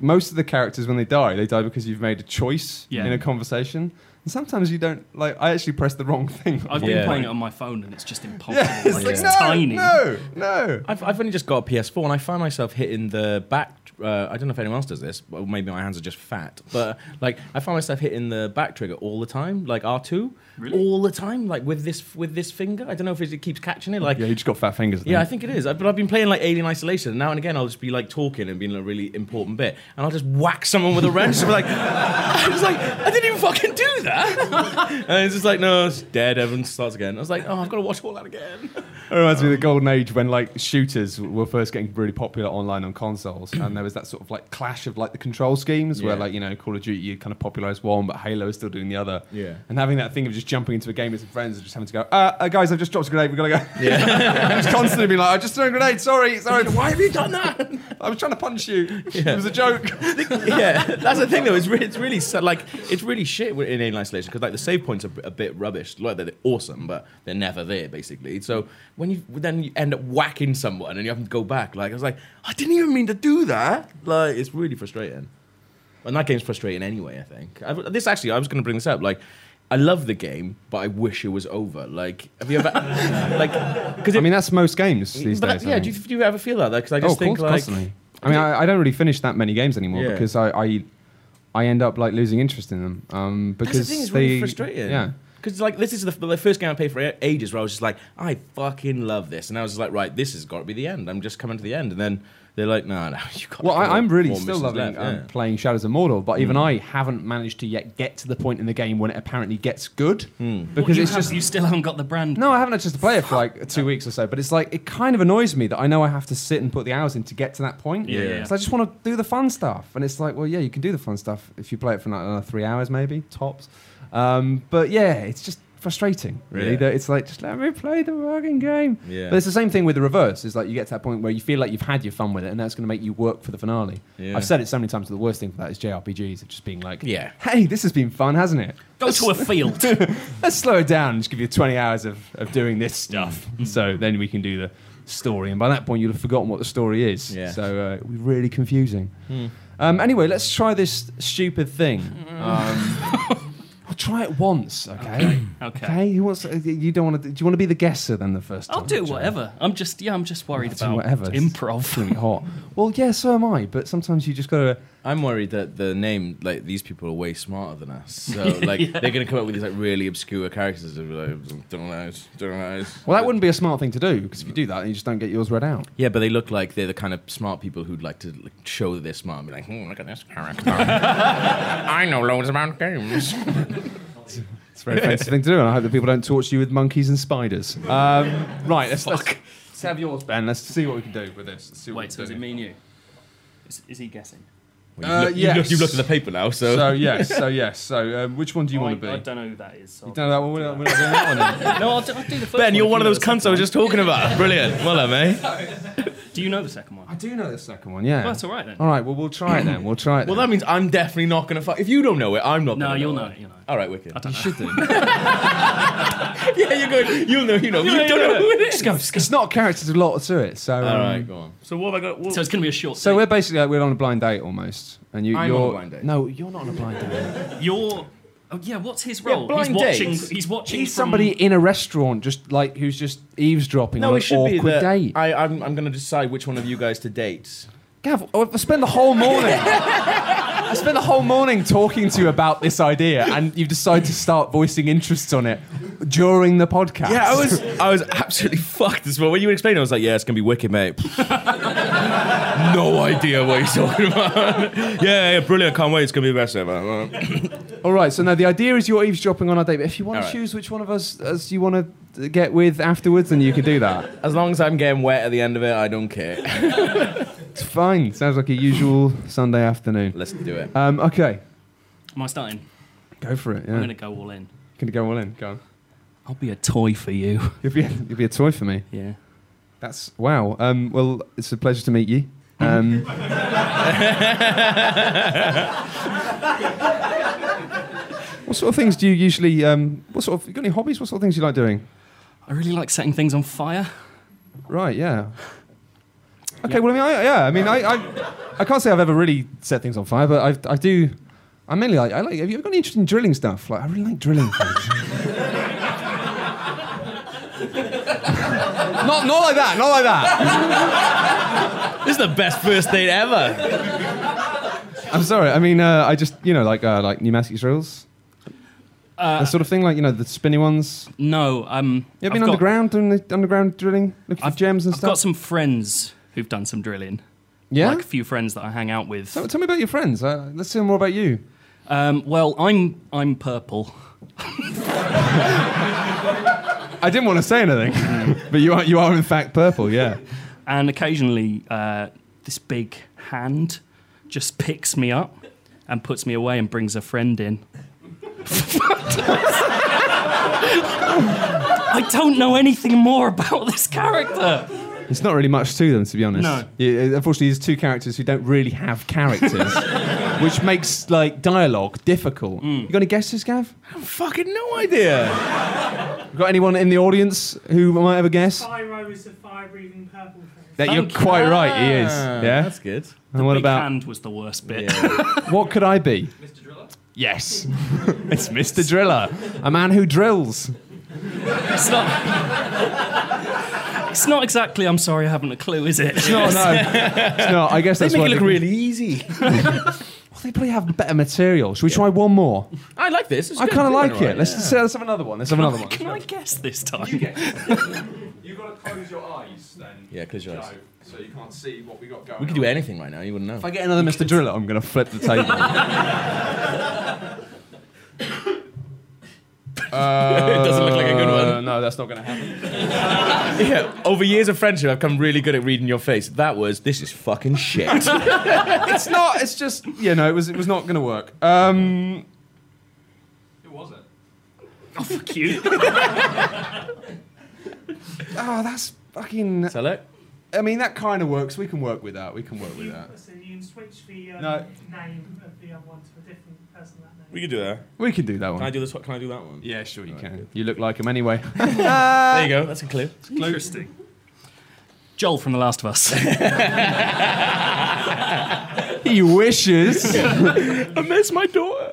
Speaker 1: most of the characters when they die, they die because you've made a choice
Speaker 3: Yeah.
Speaker 1: in a conversation. And sometimes you don't like. I actually pressed the wrong thing.
Speaker 3: I've
Speaker 2: Yeah.
Speaker 3: been playing it on my phone and it's just impossible.
Speaker 1: yeah, it's
Speaker 3: like,
Speaker 1: like
Speaker 3: it's
Speaker 1: no,
Speaker 3: tiny.
Speaker 1: no, no.
Speaker 2: I've, I've only just got a PS4 and I find myself hitting the back. Uh, I don't know if anyone else does this, but maybe my hands are just fat. But like, I find myself hitting the back trigger all the time, like R two,
Speaker 3: Really?
Speaker 2: all the time, like with this with this finger. I don't know if it keeps catching it. Like,
Speaker 1: Yeah, you just got fat fingers.
Speaker 2: Yeah, I think it is. I- But I've been playing like Alien Isolation, and now and again I'll just be like talking and being a really important bit, and I'll just whack someone with a wrench. and be like, I was like, I didn't even fucking do that. And it's just like, no, it's dead. Everyone starts again. I was like, oh, I've got to watch all that again.
Speaker 1: It reminds me of the golden age when like shooters were first getting really popular online on consoles, and there was that sort of like clash of like the control schemes, where
Speaker 2: Yeah.
Speaker 1: like you know Call of Duty you kind of popularized one, but Halo is still doing the other.
Speaker 2: Yeah.
Speaker 1: And having that thing of just jumping into a game with some friends and just having to go, uh, uh guys, I've just dropped a grenade, we gotta go. Yeah. just constantly being like, I just threw a grenade, sorry, sorry. Why have you done that? I was trying to punch you. It was a joke.
Speaker 2: yeah, that's the thing though. It's, re- it's really so, like it's really shit with- in Alien Isolation because like the save points are b- a bit rubbish. Like they're awesome, but they're never there basically. So when you then you end up whacking someone and you have to go back, like I was like, I didn't even mean to do that. Like it's really frustrating. And that game's frustrating anyway. I think I, this actually, I was going to bring this up. Like, I love the game, but I wish it was over. Like, have you ever like? Because
Speaker 1: I mean, that's most games these
Speaker 2: but,
Speaker 1: days. I
Speaker 2: yeah,
Speaker 1: think.
Speaker 2: do you, do you ever feel that? Because I
Speaker 1: oh,
Speaker 2: just
Speaker 1: of
Speaker 2: think
Speaker 1: course,
Speaker 2: like
Speaker 1: constantly. I mean, I, I don't really finish that many games anymore
Speaker 2: Yeah.
Speaker 1: because I, I I end up like losing interest in them. Um, because
Speaker 2: That's the thing, it's
Speaker 1: they,
Speaker 2: really frustrating.
Speaker 1: Yeah.
Speaker 2: Because like this is the, the first game I played for a- ages where I was just like, I fucking love this, and I was just like, right, this has got to be the end. I'm just coming to the end, and then they're like, no, no, you got.
Speaker 1: Well, I, I'm really still loving
Speaker 2: left,
Speaker 1: um,
Speaker 2: yeah. Mm.
Speaker 1: playing Shadows of Mordor, but even I haven't managed to yet get to the point in the game when it apparently gets good
Speaker 2: Hmm.
Speaker 3: What,
Speaker 1: because
Speaker 3: you
Speaker 1: it's
Speaker 3: have-
Speaker 1: just
Speaker 3: you still haven't got the brand.
Speaker 1: No, I haven't had just to play it for like two weeks or so, but it's like it kind of annoys me that I know I have to sit and put the hours in to get to that point.
Speaker 3: Yeah, yeah, yeah.
Speaker 1: So I just want to do the fun stuff, and it's like, well, yeah, you can do the fun stuff if you play it for like another three hours, maybe tops. Um, but yeah, it's just frustrating, really.
Speaker 2: Yeah.
Speaker 1: That it's like just let me play the working game.
Speaker 2: Yeah.
Speaker 1: But it's the same thing with the reverse. It's like you get to that point where you feel like you've had your fun with it, and that's going to make you work for the finale.
Speaker 2: Yeah.
Speaker 1: I've said it so many times. The worst thing for that is JRPGs of just being like,
Speaker 2: Yeah.
Speaker 1: hey, this has been fun, hasn't it?
Speaker 3: Go to a field.
Speaker 1: let's slow it down and just give you 20 hours of, of doing this stuff.
Speaker 3: Mm-hmm.
Speaker 1: so then we can do the story. And by that point, you'll have forgotten what the story is.
Speaker 2: Yeah.
Speaker 1: So uh, it'll be really confusing.
Speaker 3: Hmm.
Speaker 1: Um, anyway, let's try this stupid thing.
Speaker 3: Mm-hmm.
Speaker 1: Um, I'll try it once, okay?
Speaker 3: Okay.
Speaker 1: Who wants? uh, You don't want to? Do you want to be the guesser then the first time? uh,
Speaker 3: I'll do
Speaker 1: Joe?
Speaker 3: whatever. I'm just yeah, I'm just worried
Speaker 1: I'll do
Speaker 3: about
Speaker 1: whatever. It's
Speaker 3: improv.
Speaker 1: really hot. Well, yeah, so am I. But sometimes you just gotta.
Speaker 2: I'm worried that the name, like these people, are way smarter than us. So like they're gonna come up with these like really obscure characters. Of, like, don't know, don't know.
Speaker 1: Well, that wouldn't be a smart thing to do because if you do that, then you just don't get yours read out.
Speaker 2: Yeah, but they look like they're the kind of smart people who'd like to like, show that they're smart and be like, hmm, look at this character. I know loads about games.
Speaker 1: It's a very fancy thing to do, and I hope that people don't torture you with monkeys and spiders. Um, right, let's, let's, let's have yours, Ben. Let's see what we can do with this. Let's see what we
Speaker 3: Wait,
Speaker 1: can
Speaker 3: so does
Speaker 1: do.
Speaker 3: it mean you? Is, is he guessing?
Speaker 1: Uh,
Speaker 2: Look- you've, looked,
Speaker 1: yes.
Speaker 2: you've looked at the paper now, so.
Speaker 1: So yes, so yes. So um, which one do you
Speaker 3: Oh, I,
Speaker 1: want to be?
Speaker 3: I don't know who that is. So
Speaker 1: You don't know that one. We're not, we're not doing that one. then.
Speaker 3: No, I'll do, I'll do the first
Speaker 2: Ben, you're
Speaker 3: if
Speaker 2: one of
Speaker 3: you know
Speaker 2: those
Speaker 3: the second
Speaker 2: cunts I was just talking about. Brilliant. Well done, mate.
Speaker 3: one. Do you know the second one?
Speaker 1: I do know the second one. Yeah.
Speaker 3: Well, that's all right then.
Speaker 1: All right. Well, we'll try it then. We'll try it.
Speaker 2: Well,
Speaker 1: then.
Speaker 2: that means I'm definitely not going to fuck. If you don't know it, I'm not
Speaker 3: No,
Speaker 2: going to
Speaker 3: you'll know it, you'll know it.
Speaker 2: All right, wicked.
Speaker 1: you should do.
Speaker 2: yeah, you're good. You'll know, you know. you
Speaker 3: yeah,
Speaker 2: don't
Speaker 3: yeah.
Speaker 2: know who it is.
Speaker 3: Just go, just go.
Speaker 1: it's not a character. There's a lot to it. So.
Speaker 2: All
Speaker 1: um,
Speaker 2: right, go on. So what have I got? What?
Speaker 3: So it's going to be a short.
Speaker 1: So
Speaker 3: So
Speaker 1: we're basically like, we're on a blind date almost, and you.
Speaker 2: I'm on a
Speaker 1: you're,
Speaker 2: blind date.
Speaker 1: No, you're not on a blind date.
Speaker 3: you're. Oh yeah, what's his role?
Speaker 2: blind
Speaker 3: he's watching.
Speaker 2: dates.
Speaker 3: He's watching.
Speaker 1: He's
Speaker 3: from-
Speaker 1: somebody in a restaurant, just like who's just eavesdropping
Speaker 2: no,
Speaker 1: on
Speaker 2: it
Speaker 1: an
Speaker 2: should be
Speaker 1: awkward
Speaker 2: that
Speaker 1: date.
Speaker 2: I, I'm, I'm going to decide which one of you guys to date.
Speaker 1: Gav, I I spent the whole morning. I spent the whole morning talking to you about this idea, and you've decided to start voicing interests on it during the podcast.
Speaker 2: Yeah, I was I was absolutely fucked as well. When you were explaining, I was like, yeah, it's gonna be wicked, mate. no idea what you're talking about. yeah, yeah, brilliant. Can't wait. It's gonna be the best ever.
Speaker 1: All right, so now the idea is you're eavesdropping on our date, but if you want
Speaker 2: All
Speaker 1: to
Speaker 2: right.
Speaker 1: choose which one of us as you want to get with afterwards, then you can do that.
Speaker 2: As long as I'm getting wet at the end of it, I don't care.
Speaker 1: It's fine. Sounds like a usual Sunday afternoon.
Speaker 2: Let's do it.
Speaker 1: Um, okay,
Speaker 3: Am I starting?
Speaker 1: go for it. Yeah.
Speaker 3: I'm going to go all in.
Speaker 1: Can you go all in? Go on.
Speaker 3: I'll be a toy for you.
Speaker 1: You'll be, you'll be a toy for me.
Speaker 3: Yeah.
Speaker 1: That's wow. Um, well, it's a pleasure to meet you. Um, what sort of things do you usually? Um, what sort of? You got any hobbies? What sort of things you like doing?
Speaker 3: I really like setting things on fire.
Speaker 1: Right. Yeah. Okay. Well, I mean, I, yeah. I mean, I, I, I can't say I've ever really set things on fire, but I, I do. I mainly like. I like. Have you got any interest in drilling stuff? Like, I really like drilling. things. not, not like that. Not like that.
Speaker 2: This is the best first date ever.
Speaker 1: I'm sorry. I mean, uh, I just you know like uh, like pneumatic drills,
Speaker 3: Uh,
Speaker 1: that sort of thing. Like you know the spinny ones.
Speaker 3: No, um.
Speaker 1: You ever
Speaker 3: I've
Speaker 1: been
Speaker 3: got-
Speaker 1: underground doing the underground drilling, looking for gems and
Speaker 3: I've
Speaker 1: stuff.
Speaker 3: got some friends who've done some drilling.
Speaker 1: yeah.
Speaker 3: Like a few friends that I hang out with.
Speaker 1: so, tell me about your friends. Uh, let's hear more about you.
Speaker 3: Um, well, I'm I'm purple.
Speaker 1: I didn't want to say anything, but you are you are in fact purple. Yeah.
Speaker 3: and occasionally uh, this big hand just picks me up and puts me away and brings a friend in. I don't know anything more about this character.
Speaker 1: It's not really much to them, to be honest.
Speaker 3: No.
Speaker 1: Yeah, unfortunately, there's two characters who don't really have characters, which makes like dialogue difficult. You got any guesses, Gav?
Speaker 2: Fucking no idea.
Speaker 1: Got anyone in the audience who might have a guess?
Speaker 4: Pyro is the fire breathing purple thing.
Speaker 1: That you're
Speaker 3: Thank you.
Speaker 1: quite right. He is.
Speaker 2: Ah,
Speaker 1: Yeah.
Speaker 2: that's good.
Speaker 1: And what
Speaker 3: big
Speaker 1: about
Speaker 3: hand was the worst bit.
Speaker 2: Yeah.
Speaker 1: what could I be?
Speaker 4: Mr. Driller?
Speaker 1: Yes, it's Mr. Driller, a man who drills.
Speaker 3: It's not. It's not exactly. I'm sorry, I haven't a clue, is it?
Speaker 1: No, no, It's not. I guess
Speaker 2: They
Speaker 1: that's
Speaker 2: make
Speaker 1: why
Speaker 2: it look
Speaker 1: they-
Speaker 2: really easy.
Speaker 1: Well, they probably have better material. Should we try one more?
Speaker 2: I like this. It's
Speaker 1: I
Speaker 2: good.
Speaker 1: kind of
Speaker 2: You're
Speaker 1: like
Speaker 2: doing
Speaker 1: it.
Speaker 2: alright.
Speaker 1: Let's, let's, have another one. Let's have another one.
Speaker 3: Can I guess this time?
Speaker 1: You've got to close your eyes then.
Speaker 2: Yeah, close your Joe, eyes.
Speaker 1: So you can't see what we got going
Speaker 2: We could do anything right now. You wouldn't know.
Speaker 1: If I get another Mr. Driller, I'm going to flip the table.
Speaker 2: it doesn't look like a good one.
Speaker 1: no, that's not going to happen.
Speaker 2: Yeah, over years of friendship, I've come really good at reading your face. That was, this is fucking shit.
Speaker 1: It's not. It's just you know, it was it was not going to work. Um,
Speaker 4: Who was it?
Speaker 3: Oh, fuck you.
Speaker 1: oh, that's fucking.
Speaker 2: Sell it?
Speaker 1: I mean, that kind of works. We can work with that. We can work with that.
Speaker 5: So you can switch the um,
Speaker 1: No.
Speaker 5: name of the other one to a different person that name.
Speaker 2: can do that.
Speaker 1: We can do that one.
Speaker 2: do this one? Can I do that one?
Speaker 1: Yeah, sure you can. You look like him anyway.
Speaker 2: There you go. That's a clue.
Speaker 3: Interesting. Joel from The Last of Us.
Speaker 1: he wishes.
Speaker 2: I miss my daughter.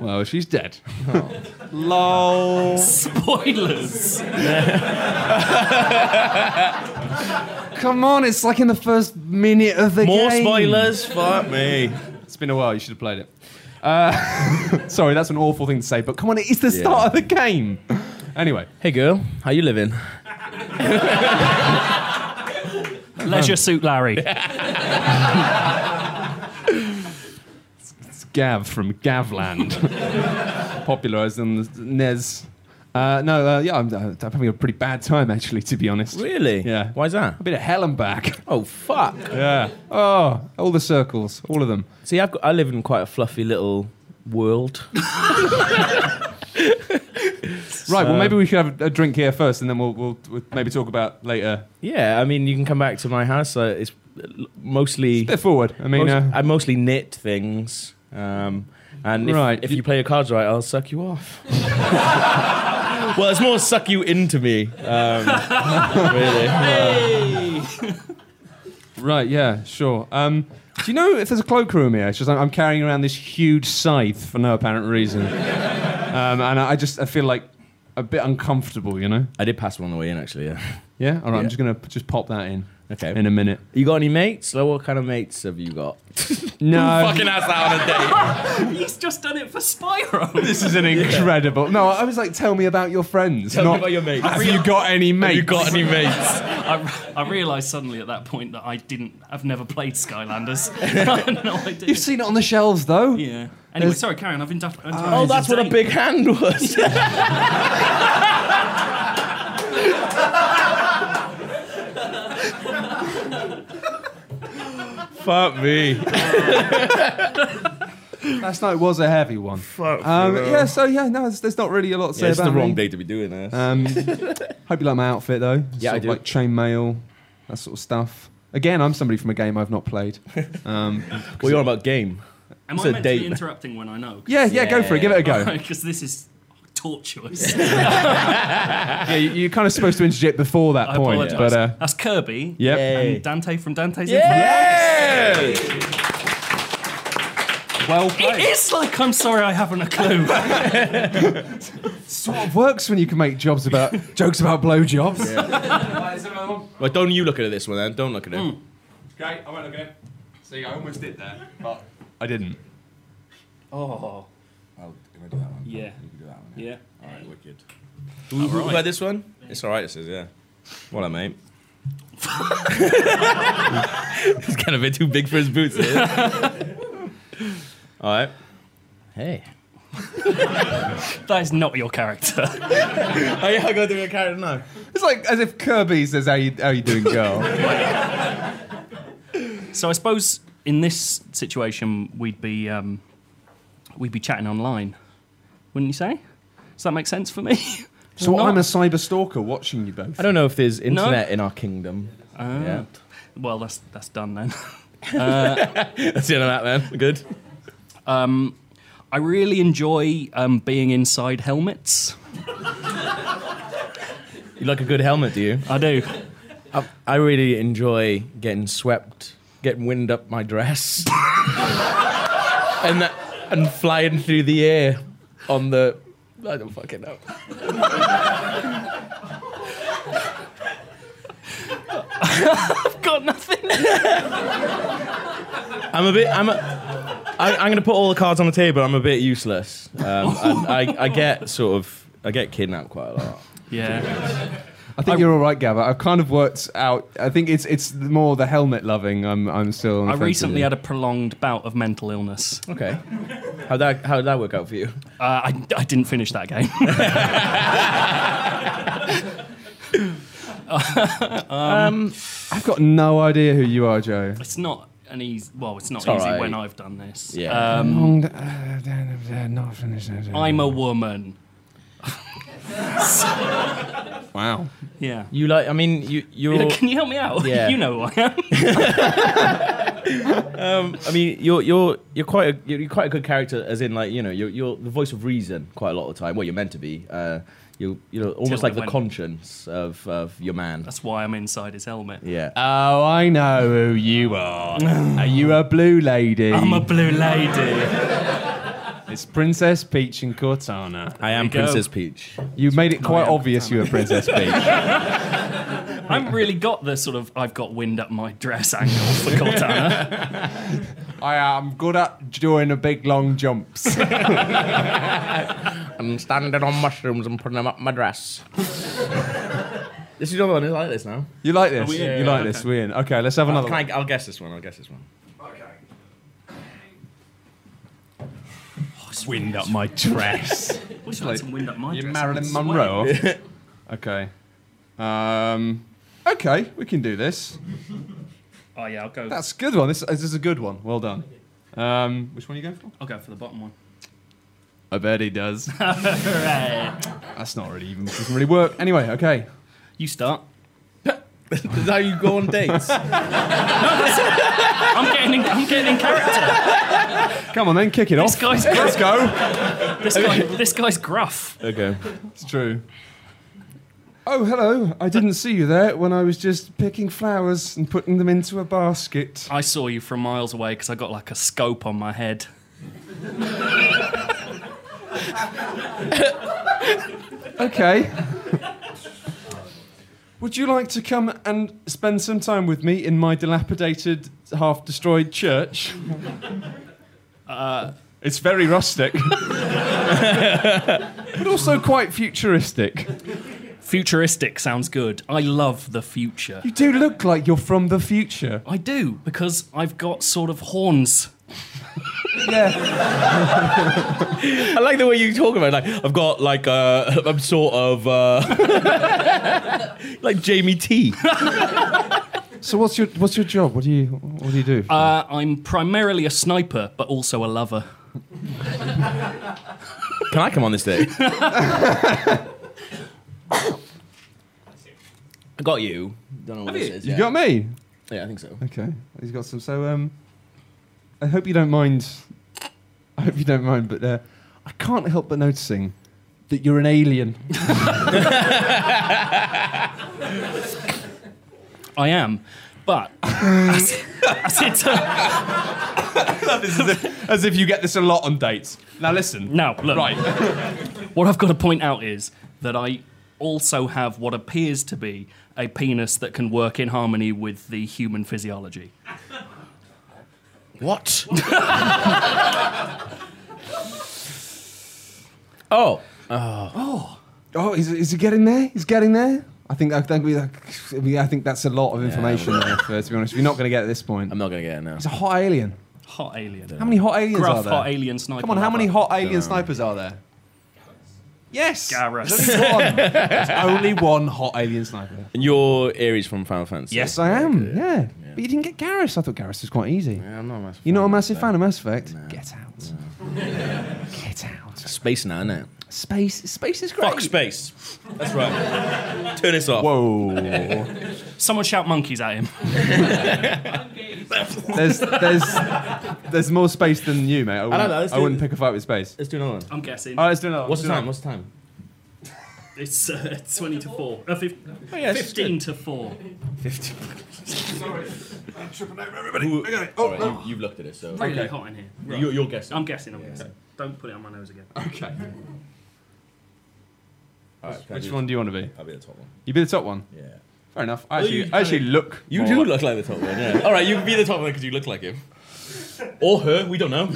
Speaker 1: well, she's dead. Lol.
Speaker 3: Spoilers.
Speaker 1: Come on, it's like in the first minute of the
Speaker 2: More
Speaker 1: game.
Speaker 2: spoilers. Fuck me.
Speaker 1: It's been a while. You should have played it. Uh, sorry, that's an awful thing to say, but come on, it is the start of the game. Anyway,
Speaker 2: Hey girl, how you living?
Speaker 3: Leisure Suit Larry.
Speaker 1: it's Gav from Gavland, popularised on the NES. Uh, no, uh, yeah, I'm, I'm having a pretty bad time actually, to be honest.
Speaker 2: Really?
Speaker 1: Yeah.
Speaker 2: Why's that?
Speaker 1: A bit of hell and back.
Speaker 2: Oh fuck.
Speaker 1: Yeah. Oh, all the circles, all of them.
Speaker 2: See, I've got, I live in quite a fluffy little world.
Speaker 1: Right. Well, maybe we should have a drink here first, and then we'll, we'll, we'll maybe talk about later.
Speaker 2: Yeah, I mean, you can come back to my house. Uh, it's mostly
Speaker 1: A bit forward. I mean,
Speaker 2: most-
Speaker 1: uh,
Speaker 2: I mostly knit things. Um, and if,
Speaker 1: Right.
Speaker 2: if you play your cards right, I'll suck you off. well, it's more suck you into me. Um, really.
Speaker 1: Right, yeah, sure. Um, do you know if there's a cloakroom here? It's just I'm, I'm carrying around this huge scythe for no apparent reason. Um, and I, I just I feel like a bit uncomfortable, you know?
Speaker 2: I did pass one on the way in, actually. Yeah.
Speaker 1: Yeah? All right, I'm
Speaker 2: Yeah.
Speaker 1: just going to just pop that in
Speaker 2: Okay.
Speaker 1: in a minute.
Speaker 2: you got any mates? Like, what kind of mates have you got?
Speaker 1: No.
Speaker 2: asked that on a date.
Speaker 3: He's just done it for Spyro.
Speaker 1: this is an incredible. No, I was like, tell me about your friends.
Speaker 2: Tell
Speaker 1: not,
Speaker 2: me about your mates.
Speaker 1: Have you got any mates?
Speaker 2: you got any mates?
Speaker 3: I, I realised suddenly at that point that I didn't. I've never played Skylanders. I had no idea.
Speaker 1: You've seen it on the shelves, though.
Speaker 3: yeah. Anyway, sorry, Karen. I've been. Def-
Speaker 2: Oh, that's what a big hand was. Fuck me.
Speaker 1: Last night was a heavy one. Um, yeah, so yeah, no, there's, there's not really a lot to say
Speaker 2: it's
Speaker 1: about
Speaker 2: the wrong
Speaker 1: me.
Speaker 2: day to be doing this.
Speaker 1: Um, hope you like my outfit though.
Speaker 2: Yeah,
Speaker 1: sort
Speaker 2: I
Speaker 1: of
Speaker 2: do.
Speaker 1: Like chain mail, that sort of stuff. Again, I'm somebody from a game I've not played. Um,
Speaker 2: what you on about game?
Speaker 3: Am
Speaker 2: it's
Speaker 3: I
Speaker 2: a
Speaker 3: meant to
Speaker 2: date.
Speaker 3: be interrupting when I know?
Speaker 1: yeah, yeah, go for it. Give it a go.
Speaker 3: Because this is tortuous.
Speaker 1: yeah, you, you're kind of supposed to interject before that
Speaker 3: I
Speaker 1: point, but
Speaker 3: apologise.
Speaker 1: uh,
Speaker 3: That's Kirby.
Speaker 1: yep.
Speaker 2: Yay.
Speaker 3: And Dante from Dante's
Speaker 2: Yay!
Speaker 1: Well
Speaker 3: Inferno. It
Speaker 1: played.
Speaker 3: is like I'm sorry I haven't a clue.
Speaker 1: Sort of works when you can make jobs about jokes about blowjobs.
Speaker 2: Well, don't you look at this one then. Don't look at it.
Speaker 1: Great, I won't look at it. See, I almost did that, but I didn't.
Speaker 3: oh,
Speaker 2: I'll do that one.
Speaker 3: yeah,
Speaker 2: do that one.
Speaker 3: yeah.
Speaker 2: All right, wicked. Ooh, ooh, about this one? It's all right. This is yeah. What a mate. He's kind of a bit too big for his boots. isn't it? all right. Hey.
Speaker 3: That is not your character.
Speaker 2: Oh yeah, I got to do a character now.
Speaker 1: It's like as if Kirby says, "How you how you doing, girl?"
Speaker 3: So I suppose in this situation we'd be um, we'd be chatting online, wouldn't you say? Does that make sense for me?
Speaker 1: so
Speaker 3: Not-
Speaker 1: I'm a cyber stalker watching you both.
Speaker 2: I don't know if there's
Speaker 3: internet
Speaker 2: internet in our kingdom.
Speaker 3: Ah.
Speaker 2: Yeah.
Speaker 3: Well, that's that's done then.
Speaker 2: That's the end of that then. Good.
Speaker 3: Um, I really enjoy um, being inside helmets.
Speaker 2: You like a good helmet, do you?
Speaker 3: I do.
Speaker 2: I, I really enjoy getting swept get wind up my dress, and that, and flying through the air on the. I don't fucking know.
Speaker 3: I've got nothing.
Speaker 2: I'm a bit. I'm. A, I, I'm going to put all the cards on the table. I'm a bit useless. Um, and I, I get sort of. I get kidnapped quite a lot.
Speaker 3: Yeah.
Speaker 1: I think you're all right, Gavin. I've kind of worked out. I think it's it's more the helmet loving. I'm I'm still. on the
Speaker 3: I
Speaker 1: fence with
Speaker 3: recently
Speaker 1: you.
Speaker 3: had a prolonged bout of mental illness.
Speaker 2: Okay. How that how did that work out for you?
Speaker 3: Uh, I, I didn't finish that game.
Speaker 1: I've got no idea who you are, Joe.
Speaker 3: it's not an easy. Well, it's not
Speaker 2: all
Speaker 3: easy
Speaker 2: right.
Speaker 3: when I've done this.
Speaker 2: Yeah.
Speaker 3: Um,
Speaker 1: Long- uh, uh, not finished.
Speaker 3: I'm a woman.
Speaker 1: wow.
Speaker 3: Yeah.
Speaker 2: You like? I mean, you you're.
Speaker 3: Can you help me out?
Speaker 2: Yeah.
Speaker 3: you know who I am.
Speaker 2: I mean, you're you're you're quite a you're you're quite a good character, as in like you know you're you're the voice of reason quite a lot of the time. Well, you're meant to be. Uh, you you're
Speaker 3: Till
Speaker 2: almost like
Speaker 3: we
Speaker 2: the
Speaker 3: went-
Speaker 2: conscience of of your man.
Speaker 3: That's why I'm inside his helmet.
Speaker 2: Yeah.
Speaker 1: Oh, I know who you are. are you a blue lady?
Speaker 3: I'm a blue lady.
Speaker 1: it's Princess Peach and Cortana.
Speaker 2: I am
Speaker 3: There you go.
Speaker 2: Princess Peach.
Speaker 1: You made it quite
Speaker 3: I am
Speaker 1: obvious you were Princess Peach.
Speaker 3: I've really got the sort of I've got wind up my dress angle for Cortana.
Speaker 1: I am good at doing the big long jumps.
Speaker 2: I'm standing on mushrooms and putting them up my dress. this is the other one. I like this now.
Speaker 1: You like this?
Speaker 3: we in?
Speaker 1: you
Speaker 3: Yeah,
Speaker 1: like
Speaker 3: okay.
Speaker 1: this? We're in. Okay, let's have another
Speaker 2: Can
Speaker 1: one.
Speaker 2: I, I'll guess this one. I'll guess this one.
Speaker 1: Wind up my dress.
Speaker 3: Wish I had some wind up my
Speaker 1: You're
Speaker 3: dress.
Speaker 1: Marilyn Monroe. okay. Um, okay, we can do this.
Speaker 3: Oh yeah, I'll go.
Speaker 1: That's a good one. This, this is a good one. Well done. Um, which one are you going for?
Speaker 3: I'll go for the bottom one.
Speaker 1: I bet he does.
Speaker 3: Right.
Speaker 1: That's not really even doesn't really work. Anyway, okay.
Speaker 3: You start.
Speaker 2: Is that how you go on dates?
Speaker 3: I'm getting. In, I'm getting in character.
Speaker 1: Come on then, kick it
Speaker 3: This
Speaker 1: off.
Speaker 3: guy's.
Speaker 1: Let's go.
Speaker 3: This guy. This guy's gruff.
Speaker 2: okay.
Speaker 1: It's true. Oh, hello. I didn't see you there when I was just picking flowers and putting them into a basket.
Speaker 3: I saw you from miles away because I got like a scope on my head.
Speaker 1: Okay. Would you like to come and spend some time with me in my dilapidated, half destroyed church? Uh, it's very rustic, but also quite futuristic.
Speaker 3: Futuristic sounds good. I love the future.
Speaker 1: You do look like you're from the future.
Speaker 3: I do because I've got sort of horns.
Speaker 1: Yeah.
Speaker 2: I like the way you talk about it. Like I've got like uh, I'm sort of uh, like Jamie T.
Speaker 1: So what's your what's your job? What do you what do you do?
Speaker 3: Uh, I'm primarily a sniper, but also a lover.
Speaker 2: Can I come on this date? I got you. Don't know what this is.
Speaker 1: you
Speaker 2: yeah.
Speaker 1: got me.
Speaker 2: Yeah, I think so.
Speaker 1: Okay. He's got some. So um, I hope you don't mind. I hope you don't mind, but uh, I can't help but noticing that you're an alien.
Speaker 3: I am, but as, as it, uh,
Speaker 1: As if you get this a lot on dates. Now listen.
Speaker 3: now look.
Speaker 1: Right.
Speaker 3: What I've got to point out is that I also have what appears to be a penis that can work in harmony with the human physiology.
Speaker 2: What? oh.
Speaker 1: Oh, is, is he getting there? He's getting there. I think I think we, I think that's a lot of information. there, for- to be honest, we're not going to get at this point.
Speaker 2: I'm not gonna get it now.
Speaker 1: He's a hot alien.
Speaker 3: Hot alien.
Speaker 1: How many hot aliens are
Speaker 3: Gruff
Speaker 1: there?
Speaker 3: hot alien sniper.
Speaker 1: Come on, how many
Speaker 3: lover.
Speaker 1: hot alien snipers are there? Yes.
Speaker 3: Garrus.
Speaker 1: There's only one. There's only one hot alien sniper.
Speaker 2: And you're Aries from Final Fantasy.
Speaker 1: Yes, I am. Yeah. But you didn't get Garrus. I thought Garrus was quite easy.
Speaker 2: Yeah, I'm not a massive
Speaker 1: You're not a
Speaker 2: fan
Speaker 1: massive
Speaker 2: that.
Speaker 1: fan of Mass Effect? Get out. Get out.
Speaker 2: Space now, innit?
Speaker 1: Space space is great.
Speaker 2: Fuck space. That's right. Turn this off.
Speaker 1: Whoa.
Speaker 3: Someone shout monkeys at him.
Speaker 1: there's there's there's more space than you, mate. I wouldn't, I
Speaker 2: know, let's do
Speaker 1: wouldn't
Speaker 2: it.
Speaker 1: pick a fight with space.
Speaker 2: Let's do another one.
Speaker 3: I'm guessing.
Speaker 1: All right, let's do another.
Speaker 2: What's the
Speaker 1: let's do
Speaker 2: time?
Speaker 1: another.
Speaker 2: What's the time?
Speaker 3: It's uh, 20 to 4. Uh, fif-
Speaker 2: Oh, yeah, it's just
Speaker 3: 15 to 4.
Speaker 1: Sorry, I'm tripping over everybody.
Speaker 2: Who-
Speaker 1: Okay.
Speaker 2: all
Speaker 1: Oh,
Speaker 2: right,
Speaker 1: no.
Speaker 2: you, you've looked at it, so
Speaker 3: Really hot in here. Right.
Speaker 2: you're, you're guessing.
Speaker 3: I'm guessing, I'm guessing. Don't put it on my nose again.
Speaker 1: Okay.
Speaker 2: All right, can I
Speaker 1: Which
Speaker 2: do-
Speaker 1: one do you want to be?
Speaker 2: I'll be the top one.
Speaker 1: You be the top one.
Speaker 2: Yeah.
Speaker 1: Fair enough. I
Speaker 2: Well, you
Speaker 1: actually, I actually look.
Speaker 2: You
Speaker 1: more
Speaker 2: do
Speaker 1: like-
Speaker 2: look like the top one. Yeah. All right, you can be the top one because you look like him, or her. We don't know.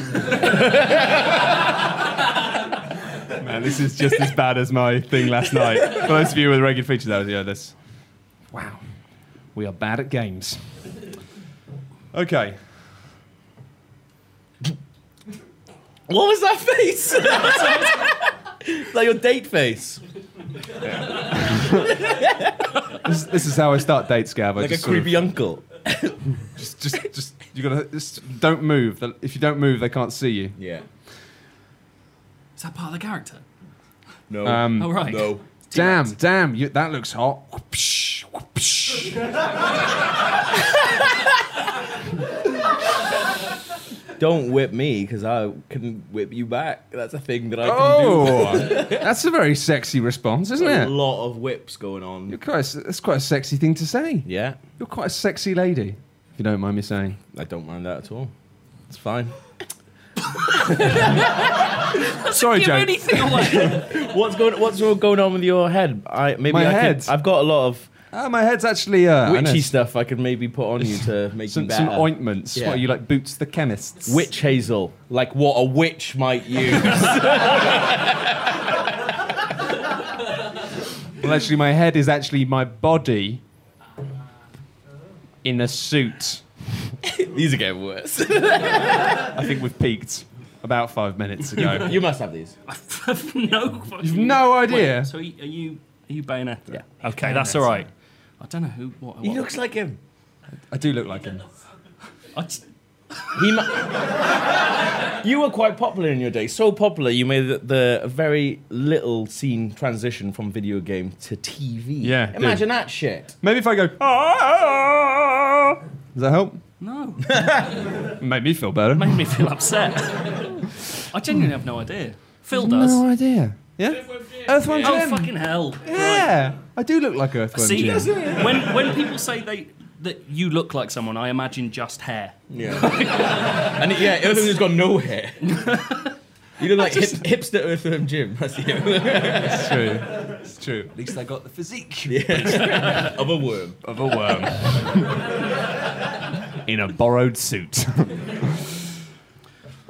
Speaker 1: Man, this is just as bad as my thing last night. For those of you with regular features, that was, yeah, this. Wow. We are bad at games. Okay.
Speaker 2: What was that face? like your date face,
Speaker 1: This, this is how I start dates, Gav. I
Speaker 2: like a
Speaker 1: just sort of-
Speaker 2: creepy uncle.
Speaker 1: just, just, just, you gotta, just don't move. If you don't move, they can't see you.
Speaker 2: Yeah.
Speaker 3: Is that part of the character?
Speaker 2: No.
Speaker 1: Um,
Speaker 3: All right.
Speaker 2: No.
Speaker 1: Damn, damn, you, that looks hot. Whoopsh, whoopsh.
Speaker 2: Don't whip me because I can whip you back. That's a thing that I can
Speaker 1: Oh, that's a very sexy response,
Speaker 2: do.
Speaker 1: isn't
Speaker 2: There's
Speaker 1: it?
Speaker 2: a lot of whips going on.
Speaker 1: You're quite a, that's quite a sexy thing to say.
Speaker 2: Yeah,
Speaker 1: You're quite a sexy lady, if you don't mind me saying.
Speaker 2: I don't mind that at all. It's fine.
Speaker 1: Sorry,
Speaker 3: Give
Speaker 1: Joe.
Speaker 3: anything away.
Speaker 2: What's going What's all going on with your head? I maybe
Speaker 1: My
Speaker 2: I could-
Speaker 1: head?
Speaker 2: I've got a lot of
Speaker 1: Ah, my head's actually uh, I know,
Speaker 2: witchy stuff I could maybe put on you to make you
Speaker 1: some,
Speaker 2: better.
Speaker 1: some ointments.
Speaker 2: Yeah.
Speaker 1: What are you like, Boots the chemist?
Speaker 2: Witch hazel, like what a witch might use.
Speaker 1: Well, actually, my head is actually my body in a suit.
Speaker 2: These are getting worse.
Speaker 1: I think we've peaked about five minutes ago.
Speaker 2: you must have these.
Speaker 3: I've no fucking-
Speaker 1: You've no idea.
Speaker 3: Wait, so are you, are you Bayonetta?
Speaker 2: Yeah.
Speaker 3: Okay, that's all right. I don't know who. What,
Speaker 2: He
Speaker 3: what-
Speaker 2: looks like him.
Speaker 1: I do look like him.
Speaker 3: I just-
Speaker 2: He. mu- you were quite popular in your day. So popular, you made the, the very little seen transition from video game to TV.
Speaker 1: Yeah, dude.
Speaker 2: Imagine that shit.
Speaker 1: Maybe if I go, "Ah," does that help?
Speaker 3: no.
Speaker 1: Make me feel better.
Speaker 3: made me feel upset. I genuinely have no idea. Phil does.
Speaker 1: No idea. Yeah. Earthworm Jim.
Speaker 3: Oh fucking hell!
Speaker 1: yeah, I do look like Earthworm
Speaker 3: See,
Speaker 1: Jim.
Speaker 3: when when people say they that you look like someone, I imagine just hair.
Speaker 2: Yeah. and it- yeah, Earthworm has got no hair. You look like hip,
Speaker 3: just-
Speaker 2: hipster Earthworm Jim. That's you.
Speaker 1: It's true. It's true. At least I got the physique
Speaker 2: of a worm.
Speaker 1: of a worm in a borrowed suit.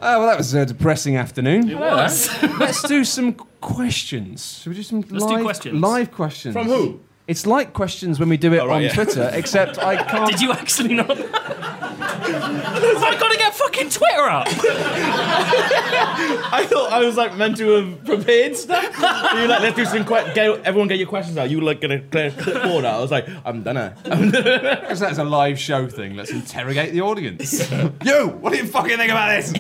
Speaker 1: Oh, well, that was a depressing afternoon.
Speaker 3: was.
Speaker 1: Let's do some questions. Should we do some
Speaker 3: do
Speaker 1: live
Speaker 3: questions.
Speaker 1: Live questions.
Speaker 2: From who?
Speaker 1: It's like questions when we do it
Speaker 2: Oh, right,
Speaker 1: on
Speaker 2: yeah.
Speaker 1: Twitter, except I can't.
Speaker 3: Did you actually not? I've got to get fucking Twitter up.
Speaker 2: I thought I was like meant to have prepared stuff. you like, let's do some que- get, everyone get your questions out. You were, like gonna clear clipboard out. I was like, I'm done.
Speaker 1: Because that's a live show thing. Let's interrogate the audience. Yo, what do you fucking think about this?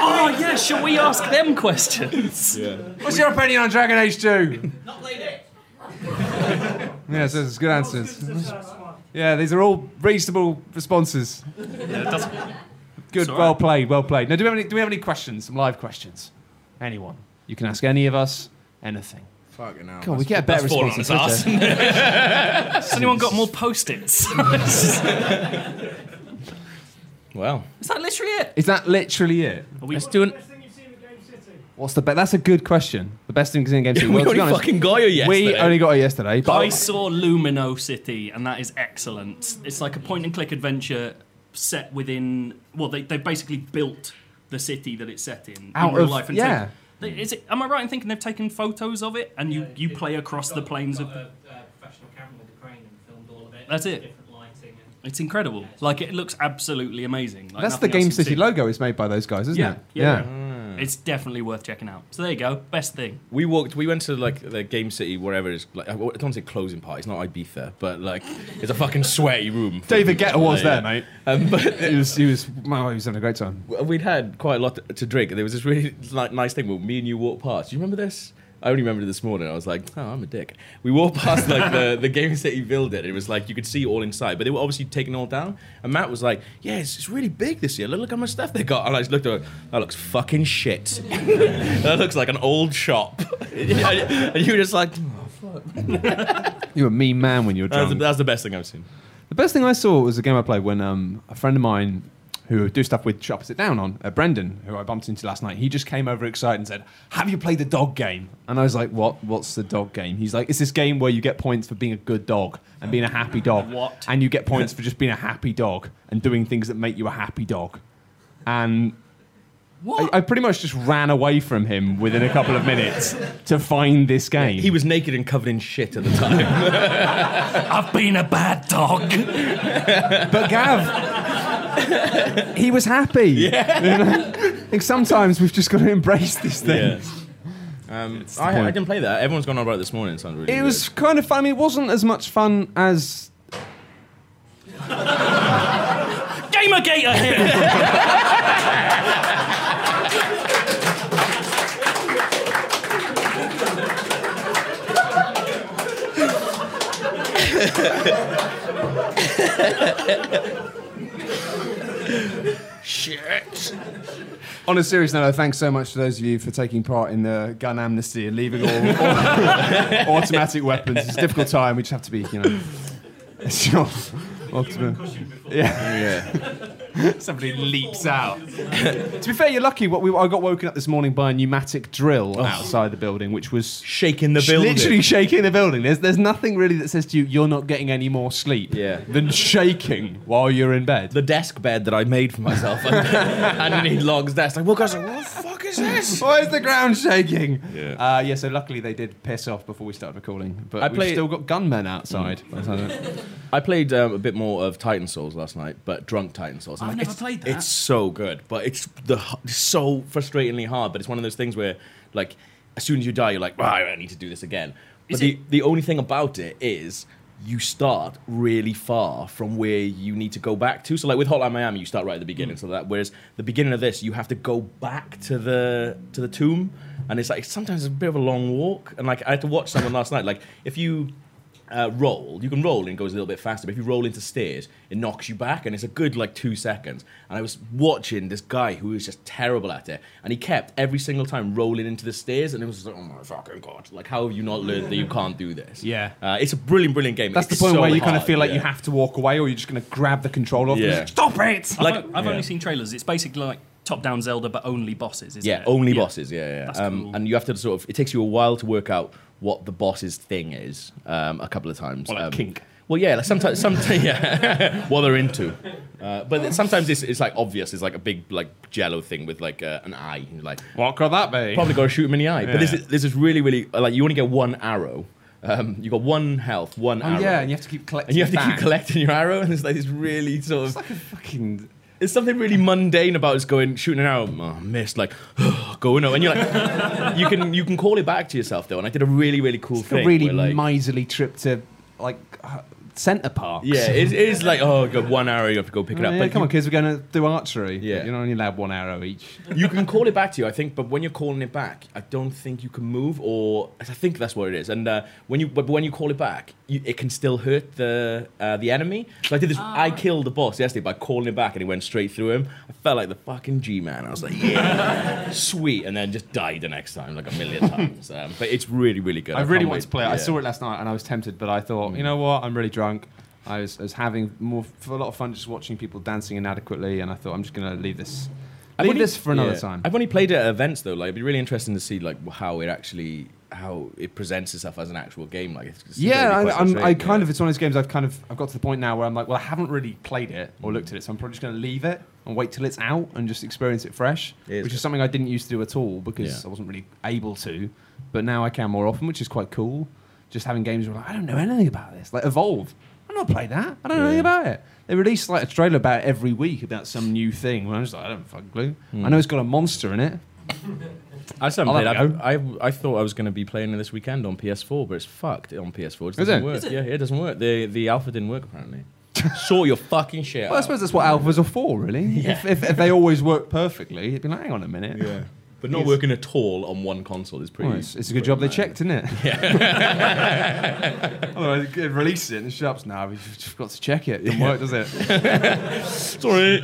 Speaker 3: Oh yeah, shall we ask them questions?
Speaker 1: What's your opinion on Dragon Age 2? Not played it. Yes, that's good
Speaker 5: This is
Speaker 1: answers.
Speaker 5: the first one.
Speaker 1: Yeah, these are all reasonable responses. Good,
Speaker 3: It's all
Speaker 1: well
Speaker 3: right.
Speaker 1: played, well played. Now, do we, have any, do we have any questions? Some live questions? Anyone? You can ask any of us anything.
Speaker 2: Fucking hell.
Speaker 1: God, we get a better response.
Speaker 2: fallen
Speaker 1: on
Speaker 2: on
Speaker 1: Twitter.
Speaker 3: Has anyone got more post-its?
Speaker 2: Well,
Speaker 3: Is that literally it?
Speaker 1: Is that literally it?
Speaker 2: let's do an.
Speaker 5: Best thing you've seen in Game City.
Speaker 1: What's the best? That's a good question. The best thing is in game.
Speaker 2: we only fucking got you yesterday.
Speaker 1: we only got it yesterday. But
Speaker 3: I saw Lumino City, and that is excellent. It's like a point and click adventure set within. Well, they, they basically built the city that it's set in.
Speaker 1: Out
Speaker 3: in real
Speaker 1: of-
Speaker 3: life and
Speaker 1: yeah.
Speaker 3: taken- They- is it, am I right in thinking they've taken photos of it and you, you play across the plains of.
Speaker 6: got a uh, professional camera with a crane and filmed all of it.
Speaker 3: That's it.
Speaker 6: Different lighting and
Speaker 3: It's incredible. Like, it looks absolutely amazing. Like,
Speaker 1: that's the
Speaker 3: nothing else
Speaker 1: Game
Speaker 3: you've
Speaker 1: City
Speaker 3: seen.
Speaker 1: logo is made by those guys, isn't
Speaker 3: Yeah,
Speaker 1: it?
Speaker 3: yeah. It's definitely worth checking out. So there you go. Best thing.
Speaker 2: We walked. We went to like the Game City, wherever it's like. I don't want to say closing party. It's not Ibiza, but like it's a fucking sweaty room.
Speaker 1: David Guetta was
Speaker 2: Yeah.
Speaker 1: there, mate.
Speaker 2: Um, but
Speaker 1: He was, he was, wow, he was having a great time.
Speaker 2: we'd had quite a lot to drink. and There was this really like nice thing where me and you walked past. Do you remember this? I only remembered this morning. I was like, oh, I'm a dick. We walked past like the, the Game City building. It was like you could see all inside, but they were obviously taking all down. And Matt was like, yeah, it's, it's really big this year. Look, look how much stuff they got. And I just looked at it. That looks fucking shit. that looks like an old shop. and you were just like, "Oh,
Speaker 1: You were a mean man when you were
Speaker 2: that's,
Speaker 1: drunk.
Speaker 2: the, that's the best thing I've seen.
Speaker 1: The best thing I saw was a game I played when um, a friend of mine who I do stuff with Shut Opposite Down on, uh, Brendan, who I bumped into last night, he just came over excited and said, Have you played the dog game? And I was like, What? What's the dog game? He's like, It's this game where you get points for being a good dog and being a happy dog.
Speaker 3: What?
Speaker 1: And you get points for just being a happy dog and doing things that make you a happy dog. And
Speaker 3: What?
Speaker 1: I, I pretty much just ran away from him within a couple of minutes to find this game.
Speaker 2: He was naked and covered in shit at the time.
Speaker 3: I've been a bad dog.
Speaker 1: But Gav, he was happy. Yeah. I think sometimes we've just got to embrace this thing.
Speaker 2: yeah. Um, I, I
Speaker 1: point.
Speaker 2: didn't play that. Everyone's gone on about it this morning. It sounds really
Speaker 1: It was kind of fun. I mean, it wasn't as much fun as.
Speaker 3: Gamergate are here.
Speaker 2: shit.
Speaker 1: On a serious note, thanks so much to those of you for taking part in the gun amnesty and leaving all, all automatic weapons. It's a difficult time. We just have to be, you know. It's your ultimate.
Speaker 2: Yeah.
Speaker 1: Somebody leaps out. to be fair, you're lucky. What we, I got woken up this morning by a pneumatic drill
Speaker 2: Oh.
Speaker 1: outside the building, which was
Speaker 2: Shaking the
Speaker 1: Sh-
Speaker 2: building.
Speaker 1: Literally shaking the building. There's, there's nothing really that says to you, you're not getting any more sleep
Speaker 2: Yeah.
Speaker 1: than shaking while you're in bed.
Speaker 2: the desk bed that I made for myself underneath Log's desk. Like, well, guys, like, what the fuck is this?
Speaker 1: Why is the ground shaking?
Speaker 2: Yeah.
Speaker 1: Uh, yeah, so luckily they did piss off before we started recording. But
Speaker 2: I
Speaker 1: we've
Speaker 2: play-
Speaker 1: still got gunmen outside. by the sound of it.
Speaker 2: I played um, a bit more of Titan Souls last night, but drunk Titan Souls.
Speaker 3: I've
Speaker 2: like,
Speaker 3: never
Speaker 2: it's-
Speaker 3: played that.
Speaker 2: It's so good, but it's the h- so frustratingly hard. But it's one of those things where, like, as soon as you die, you're like, right, I need to do this again. But
Speaker 3: Is
Speaker 2: the,
Speaker 3: it-
Speaker 2: the only thing about it is you start really far from where you need to go back to. So, like with Hotline Miami, you start right at the beginning.
Speaker 3: Hmm.
Speaker 2: So that whereas the beginning of this, you have to go back to the to the tomb, and it's like sometimes a bit of a long walk. And like I had to watch someone last night. Like if you uh, roll. You can roll and it goes a little bit faster, but if you roll into stairs, it knocks you back, and it's a good like two seconds. And I was watching this guy who was just terrible at it, and he kept every single time rolling into the stairs, and it was just like, oh my fucking god, like how have you not learned that you can't do this?
Speaker 1: Yeah.
Speaker 2: uh, it's a brilliant, brilliant game.
Speaker 1: That's
Speaker 2: It's
Speaker 1: the point
Speaker 2: so
Speaker 1: where you kind of
Speaker 2: hard,
Speaker 1: feel like you
Speaker 2: yeah.
Speaker 1: have to walk away or you're just going to grab the control off. and
Speaker 2: Yeah.
Speaker 1: just, Stop it!
Speaker 3: Like,
Speaker 2: Like-
Speaker 3: I've, I've
Speaker 2: yeah.
Speaker 3: only seen trailers. It's basically like top-down Zelda, but only bosses. Isn't
Speaker 2: Yeah,
Speaker 3: it?
Speaker 2: only bosses. Yeah, yeah.
Speaker 3: That's
Speaker 2: um,
Speaker 3: cool.
Speaker 2: And you have to sort of. It takes you a while to work out what the boss's thing is. Um, a couple of times.
Speaker 1: Or like
Speaker 2: um,
Speaker 1: kink.
Speaker 2: Well, yeah. Like sometimes, sometimes, yeah. what they're into. Uh, but then sometimes it's, it's like obvious. It's like a big like Jello thing with like uh, an eye. You're Like
Speaker 1: What could that be?
Speaker 2: probably got to shoot him in the eye. But this
Speaker 1: Yeah.
Speaker 2: is this is really really uh, like you only get one arrow. Um, you got one health, one
Speaker 1: Oh,
Speaker 2: arrow.
Speaker 1: yeah, and you have to keep collecting.
Speaker 2: And you have to
Speaker 1: back.
Speaker 2: keep collecting your arrow, and it's like this really sort of
Speaker 1: It's like a fucking.
Speaker 2: there's something really mundane about just going shooting an arrow, oh, missed, like going up, and you're like, you can you can call it back to yourself though. And I did a really really cool
Speaker 1: A
Speaker 2: thing.
Speaker 1: really
Speaker 2: where, like,
Speaker 1: miserly trip to, like, uh, centre parks.
Speaker 2: yeah, it, it is like oh, got one arrow, you have to go pick it
Speaker 1: Oh,
Speaker 2: up.
Speaker 1: yeah,
Speaker 2: but
Speaker 1: come
Speaker 2: you,
Speaker 1: on, kids, we're going to do archery.
Speaker 2: Yeah.
Speaker 1: You're not only allowed one arrow each.
Speaker 2: you can call it back to you, I think. But when you're calling it back, I don't think you can move, or I think that's what it is. And uh, when you but when you call it back, you, it can still hurt the uh, the enemy. So I did this. I killed the boss yesterday by calling it back, and it went straight through him. I felt like the fucking G man. I was like, yeah, sweet, and then just died the next time like a million times. Um, but it's really really good.
Speaker 1: I really
Speaker 2: can't
Speaker 1: wanted
Speaker 2: wait.
Speaker 1: to play it. I
Speaker 2: Yeah. Mm.
Speaker 1: saw it last night and I was tempted, but I thought, you know what? I'm really drunk. I was, I was having more for a lot of fun just watching people dancing inadequately, and I thought I'm just going to leave this,
Speaker 2: I've
Speaker 1: leave
Speaker 2: only-
Speaker 1: this for another
Speaker 2: yeah.
Speaker 1: time.
Speaker 2: I've only played it at events though. Like, it'd be really interesting to see like how it actually how it presents itself as an actual game. Like, it's, it's
Speaker 1: yeah,
Speaker 2: gonna
Speaker 1: I,
Speaker 2: be quite
Speaker 1: I'm, I
Speaker 2: frustrating,
Speaker 1: kind
Speaker 2: yeah.
Speaker 1: of it's one of those games I've kind of I've got to the point now where I'm like, well, I haven't really played it or looked at it, so I'm probably just going to leave it and wait till it's out and just experience it fresh,
Speaker 2: It is
Speaker 1: which
Speaker 2: good.
Speaker 1: is something I didn't used to do at all because
Speaker 2: Yeah.
Speaker 1: I wasn't really able to, but now I can more often, which is quite cool. Just having games where like, I don't know anything about this, like Evolve. I've not played that. I don't know anything about it. They release like a trailer about it every week about some new thing. When I'm just like, I don't fucking clue.
Speaker 2: Hmm.
Speaker 1: I know it's got a monster in it.
Speaker 2: I still
Speaker 1: I'll
Speaker 2: haven't
Speaker 1: have
Speaker 2: played. I, I I thought I was going to be playing it this weekend on PS4, but it's fucked on PS4. It
Speaker 1: Is
Speaker 2: doesn't
Speaker 1: it?
Speaker 2: work. Yeah, it doesn't work. The the alpha didn't work apparently. sort your fucking shit
Speaker 1: Well, I
Speaker 2: out.
Speaker 1: suppose that's what alphas are for, really. If, if, if they always work perfectly, it'd be like, hang on a minute.
Speaker 2: yeah. But not
Speaker 1: Yes.
Speaker 2: working at all on one console is pretty.
Speaker 1: Well, it's, it's a good
Speaker 2: pretty
Speaker 1: job they
Speaker 2: mad.
Speaker 1: checked, isn't it? Otherwise, it releases it and shops. Now we've just got to check it. Didn't work, does it?
Speaker 2: Sorry.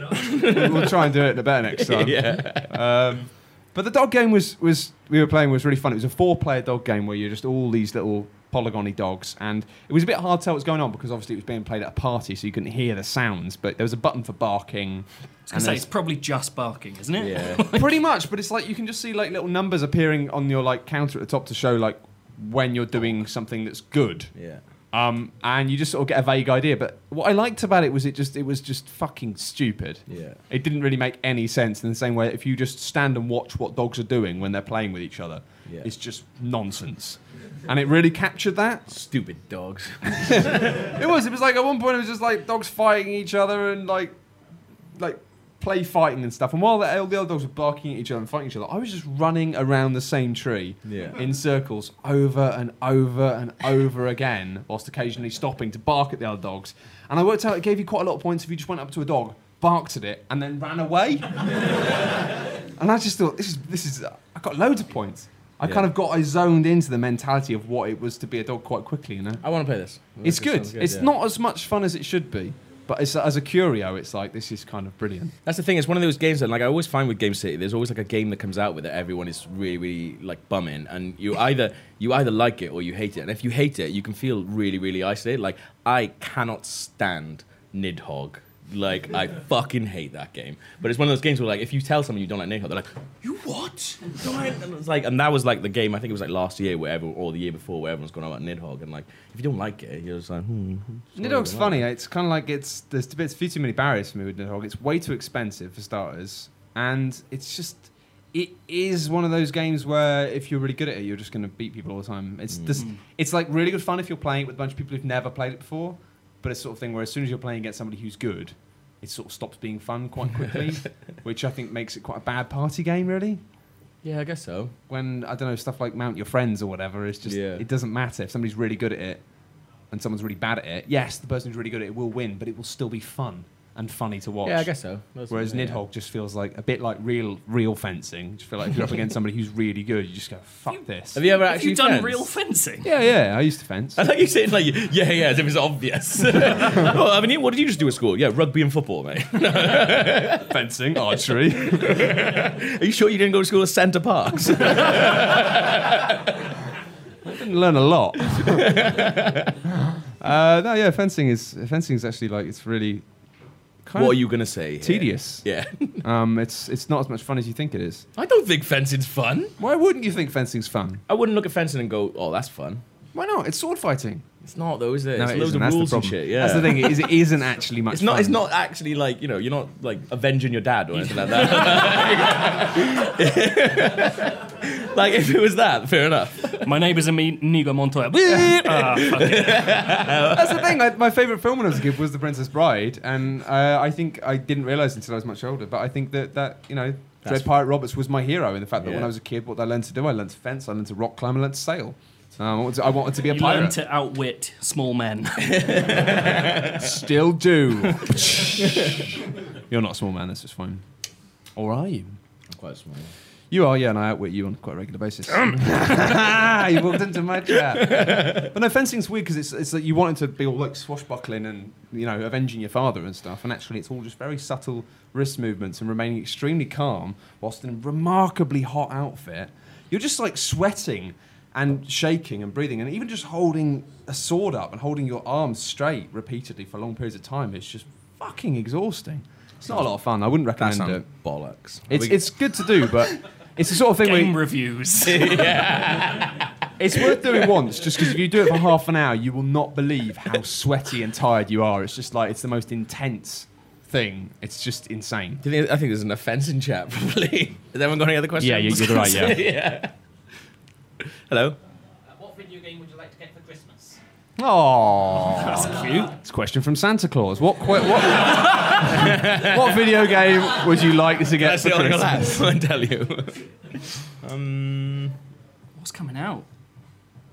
Speaker 1: we'll try and do it better next time.
Speaker 2: yeah.
Speaker 1: Um, but the dog game was, was we were playing was really fun. It was a four-player dog game where you're just all these little polygony dogs, and it was a bit hard to tell what's going on because obviously it was being played at a party, so you couldn't hear the sounds. But there was a button for barking.
Speaker 3: was gonna
Speaker 1: And
Speaker 3: say
Speaker 1: there's-
Speaker 3: it's probably just barking, isn't it?
Speaker 2: Yeah.
Speaker 1: Pretty much, but it's like you can just see like little numbers appearing on your like counter at the top to show like when you're doing something that's good.
Speaker 2: Yeah.
Speaker 1: Um, and you just sort of get a vague idea. But what I liked about it was it just it was just fucking stupid.
Speaker 2: Yeah.
Speaker 1: It didn't really make any sense in the same way if you just stand and watch what dogs are doing when they're playing with each other.
Speaker 2: Yeah.
Speaker 1: It's just nonsense. And it really captured that.
Speaker 2: Stupid dogs.
Speaker 1: It was. It was like at one point it was just like dogs fighting each other and like like play fighting and stuff. And while the, all the other dogs were barking at each other and fighting each other, I was just running around the same tree
Speaker 2: Yeah.
Speaker 1: in circles over and over and over again, whilst occasionally stopping to bark at the other dogs. And I worked out it gave you quite a lot of points if you just went up to a dog, barked at it, and then ran away. and I just thought, this is this is I got loads of points. I
Speaker 2: Yeah.
Speaker 1: kind of got I zoned into the mentality of what it was to be a dog quite quickly, you know.
Speaker 2: I want to play this.
Speaker 1: It's
Speaker 2: This
Speaker 1: good.
Speaker 2: sounds
Speaker 1: It's
Speaker 2: yeah.
Speaker 1: not as much fun as it should be, but it's, as a curio, it's like this is kind of brilliant.
Speaker 2: That's the thing. It's one of those games that, like, I always find with Game City, there's always like a game that comes out with that everyone is really, really like bumming, and you either you either like it or you hate it. And if you hate it, you can feel really, really isolated. Like, I cannot stand Nidhogg. Like, I fucking hate that game. But it's one of those games where, like, if you tell someone you don't like Nidhogg, they're like, "You what?" You don't like-" And it's like, and that was like the game. I think it was like last year, wherever or the year before, where everyone's gone about Nidhogg, and like, if you don't like it, you're just like, hmm.
Speaker 1: Nidhogg's
Speaker 2: sorry, I don't like
Speaker 1: funny. It's kind of like it's there's a bit few too many barriers for me with Nidhogg. It's way too expensive for starters, and it's just it is one of those games where if you're really good at it, you're just going to beat people all the time. It's
Speaker 2: Mm.
Speaker 1: just it's like really good fun if you're playing it with a bunch of people who've never played it before, but it's sort of thing where as soon as you're playing against somebody who's good, it sort of stops being fun quite quickly, which I think makes it quite a bad party game really.
Speaker 2: it." Yeah, I guess so.
Speaker 1: when I don't know stuff like mount your friends or whatever. It's just
Speaker 2: Yeah.
Speaker 1: it doesn't matter if somebody's really good at it and someone's really bad at it. Yes, the person who's really good at it will win, but it will still be fun and funny to watch.
Speaker 2: Yeah, I guess so. That's-
Speaker 1: Whereas
Speaker 2: yeah.
Speaker 1: Nidhogg just feels like a bit like real real fencing. You just feel like if you're up against somebody who's really good, you just go fuck this.
Speaker 2: Have you ever
Speaker 3: Have
Speaker 2: actually
Speaker 3: you done
Speaker 2: fenced?
Speaker 3: real fencing?
Speaker 1: Yeah, yeah. I used to fence.
Speaker 2: I like you saying like yeah yeah as if it's obvious. well, I mean, what did you just do at school? Yeah, rugby and football, mate.
Speaker 1: fencing, archery.
Speaker 2: Are you sure you didn't go to school at Centre Parks?
Speaker 1: Didn't learn a lot. uh, no, yeah. Fencing is fencing is actually like it's really kind
Speaker 2: what are
Speaker 1: of
Speaker 2: you gonna say? here?
Speaker 1: tedious.
Speaker 2: Yeah,
Speaker 1: Um, it's it's not as much fun as you think it is.
Speaker 2: I don't think fencing's fun.
Speaker 1: Why wouldn't you think fencing's fun?
Speaker 2: I wouldn't look at fencing and go, oh, that's fun.
Speaker 1: Why not? It's sword fighting.
Speaker 2: It's not though, is it?
Speaker 1: No,
Speaker 2: it's
Speaker 1: it
Speaker 2: loads
Speaker 1: isn't.
Speaker 2: of
Speaker 1: That's the
Speaker 2: rules and
Speaker 1: problem.
Speaker 2: shit. Yeah,
Speaker 1: That's the thing. It, is, it isn't actually much.
Speaker 2: It's not.
Speaker 1: Fun.
Speaker 2: It's not actually like you know. You're not like avenging your dad or anything like that. like if it was that, fair enough.
Speaker 3: My neighbours and me, Nigo Montoya.
Speaker 1: Uh,
Speaker 3: Ah, fuck it.
Speaker 1: That's the thing. I, my favorite film when I was a kid was The Princess Bride, and uh, I think I didn't realize until I was much older. But I think that that you know,
Speaker 2: That's-
Speaker 1: Dread Pirate Roberts was my hero in the fact that when
Speaker 2: Yeah.
Speaker 1: I was a kid, what I learned to do, I learned to fence, I learned to rock climb, I learned to sail. Um, I, wanted to, I wanted to be a
Speaker 3: You learn
Speaker 1: pirate.
Speaker 3: to outwit small men.
Speaker 1: Still do. You're not a small man. That's just fine. Or are you?
Speaker 2: Quite small.
Speaker 1: You are, yeah, and I outwit you on quite a regular basis. you walked into my trap. But no, fencing's weird because it's, it's like you want it to be all like swashbuckling and, you know, avenging your father and stuff. And actually, it's all just very subtle wrist movements and remaining extremely calm whilst in a remarkably hot outfit. You're just like sweating and shaking and breathing. And even just holding a sword up and holding your arms straight repeatedly for long periods of time is just fucking exhausting. It's not a lot of fun. I wouldn't
Speaker 2: That
Speaker 1: recommend it.
Speaker 2: sounds bollocks.
Speaker 1: It's, it's good to do, but it's the sort of thing where
Speaker 3: Game reviews.
Speaker 1: it's worth doing once, just because if you do it for half an hour, you will not believe how sweaty and tired you are. It's just like it's the most intense thing. It's just insane.
Speaker 2: Do you think- I think there's an offence in chat, probably. Has anyone got any other questions?
Speaker 1: Yeah, you- you're right, yeah.
Speaker 2: Yeah. Hello.
Speaker 6: Uh, what video game would you like to get for Christmas?
Speaker 1: Oh,
Speaker 3: That's cute.
Speaker 1: it's a question from Santa Claus. What que- what what video game would you like to get
Speaker 2: That's
Speaker 1: for
Speaker 2: the only
Speaker 1: Christmas?
Speaker 2: laugh. I tell you. um,
Speaker 3: What's coming out?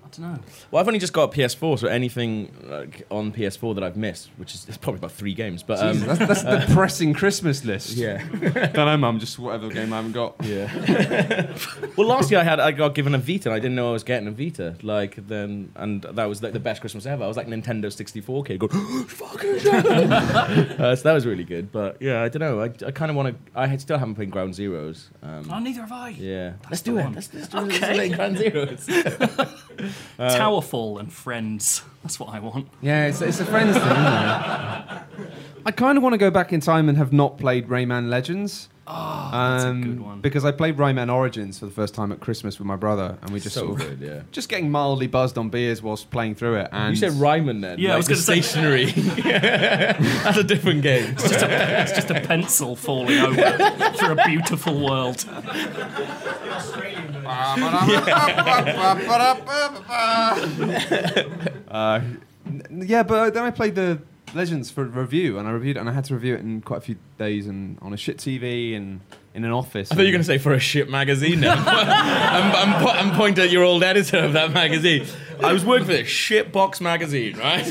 Speaker 3: I don't know.
Speaker 2: Well, I've only just got a PS4, so anything like, on PS4 that I've missed, which is it's probably about three games, but um,
Speaker 1: Jesus, that's, that's a depressing Christmas list.
Speaker 2: yeah,
Speaker 1: Don't know, mum. Just whatever game I haven't got.
Speaker 2: yeah. well, last year I had I got given a Vita, and I didn't know I was getting a Vita. Like then, and that was like the best Christmas ever. I was like Nintendo 64 kid, going fucking shit. uh, So that was really good, but yeah, I don't know. I, I kind of want to. I had- still haven't played Ground Zeroes.
Speaker 3: Oh,
Speaker 2: Um,
Speaker 3: neither have I.
Speaker 2: yeah, let's
Speaker 3: the
Speaker 2: do it.
Speaker 3: one.
Speaker 2: Let's, let's do it. Let's play Ground Zeroes.
Speaker 3: Towerfall and Friends. That's what I want.
Speaker 1: Yeah, it's, it's a friends thing. Isn't it? I kind of want to go back in time and have not played Rayman Legends.
Speaker 3: Oh, that's a
Speaker 1: Um,
Speaker 3: good one.
Speaker 1: Because I played Rayman Origins for the first time at Christmas with my brother, and we just
Speaker 2: so
Speaker 1: sort of
Speaker 2: good. Yeah.
Speaker 1: just getting mildly buzzed on beers whilst playing through it. And
Speaker 2: You said Ryman then.
Speaker 3: Yeah, I
Speaker 2: like
Speaker 3: was
Speaker 2: the
Speaker 3: gonna say-
Speaker 2: stationary. That's a different game.
Speaker 3: It's just, a, it's just a pencil falling over for a beautiful world.
Speaker 1: Uh, n- yeah, but then I played the Legends for review, and I reviewed it, and I had to review it in quite a few days, and on a shit TV, and in an office.
Speaker 2: I thought you were going to say for a shit magazine now. I'm, I'm, po- I'm pointing at your old editor of that magazine. I was working for this shit box magazine, right?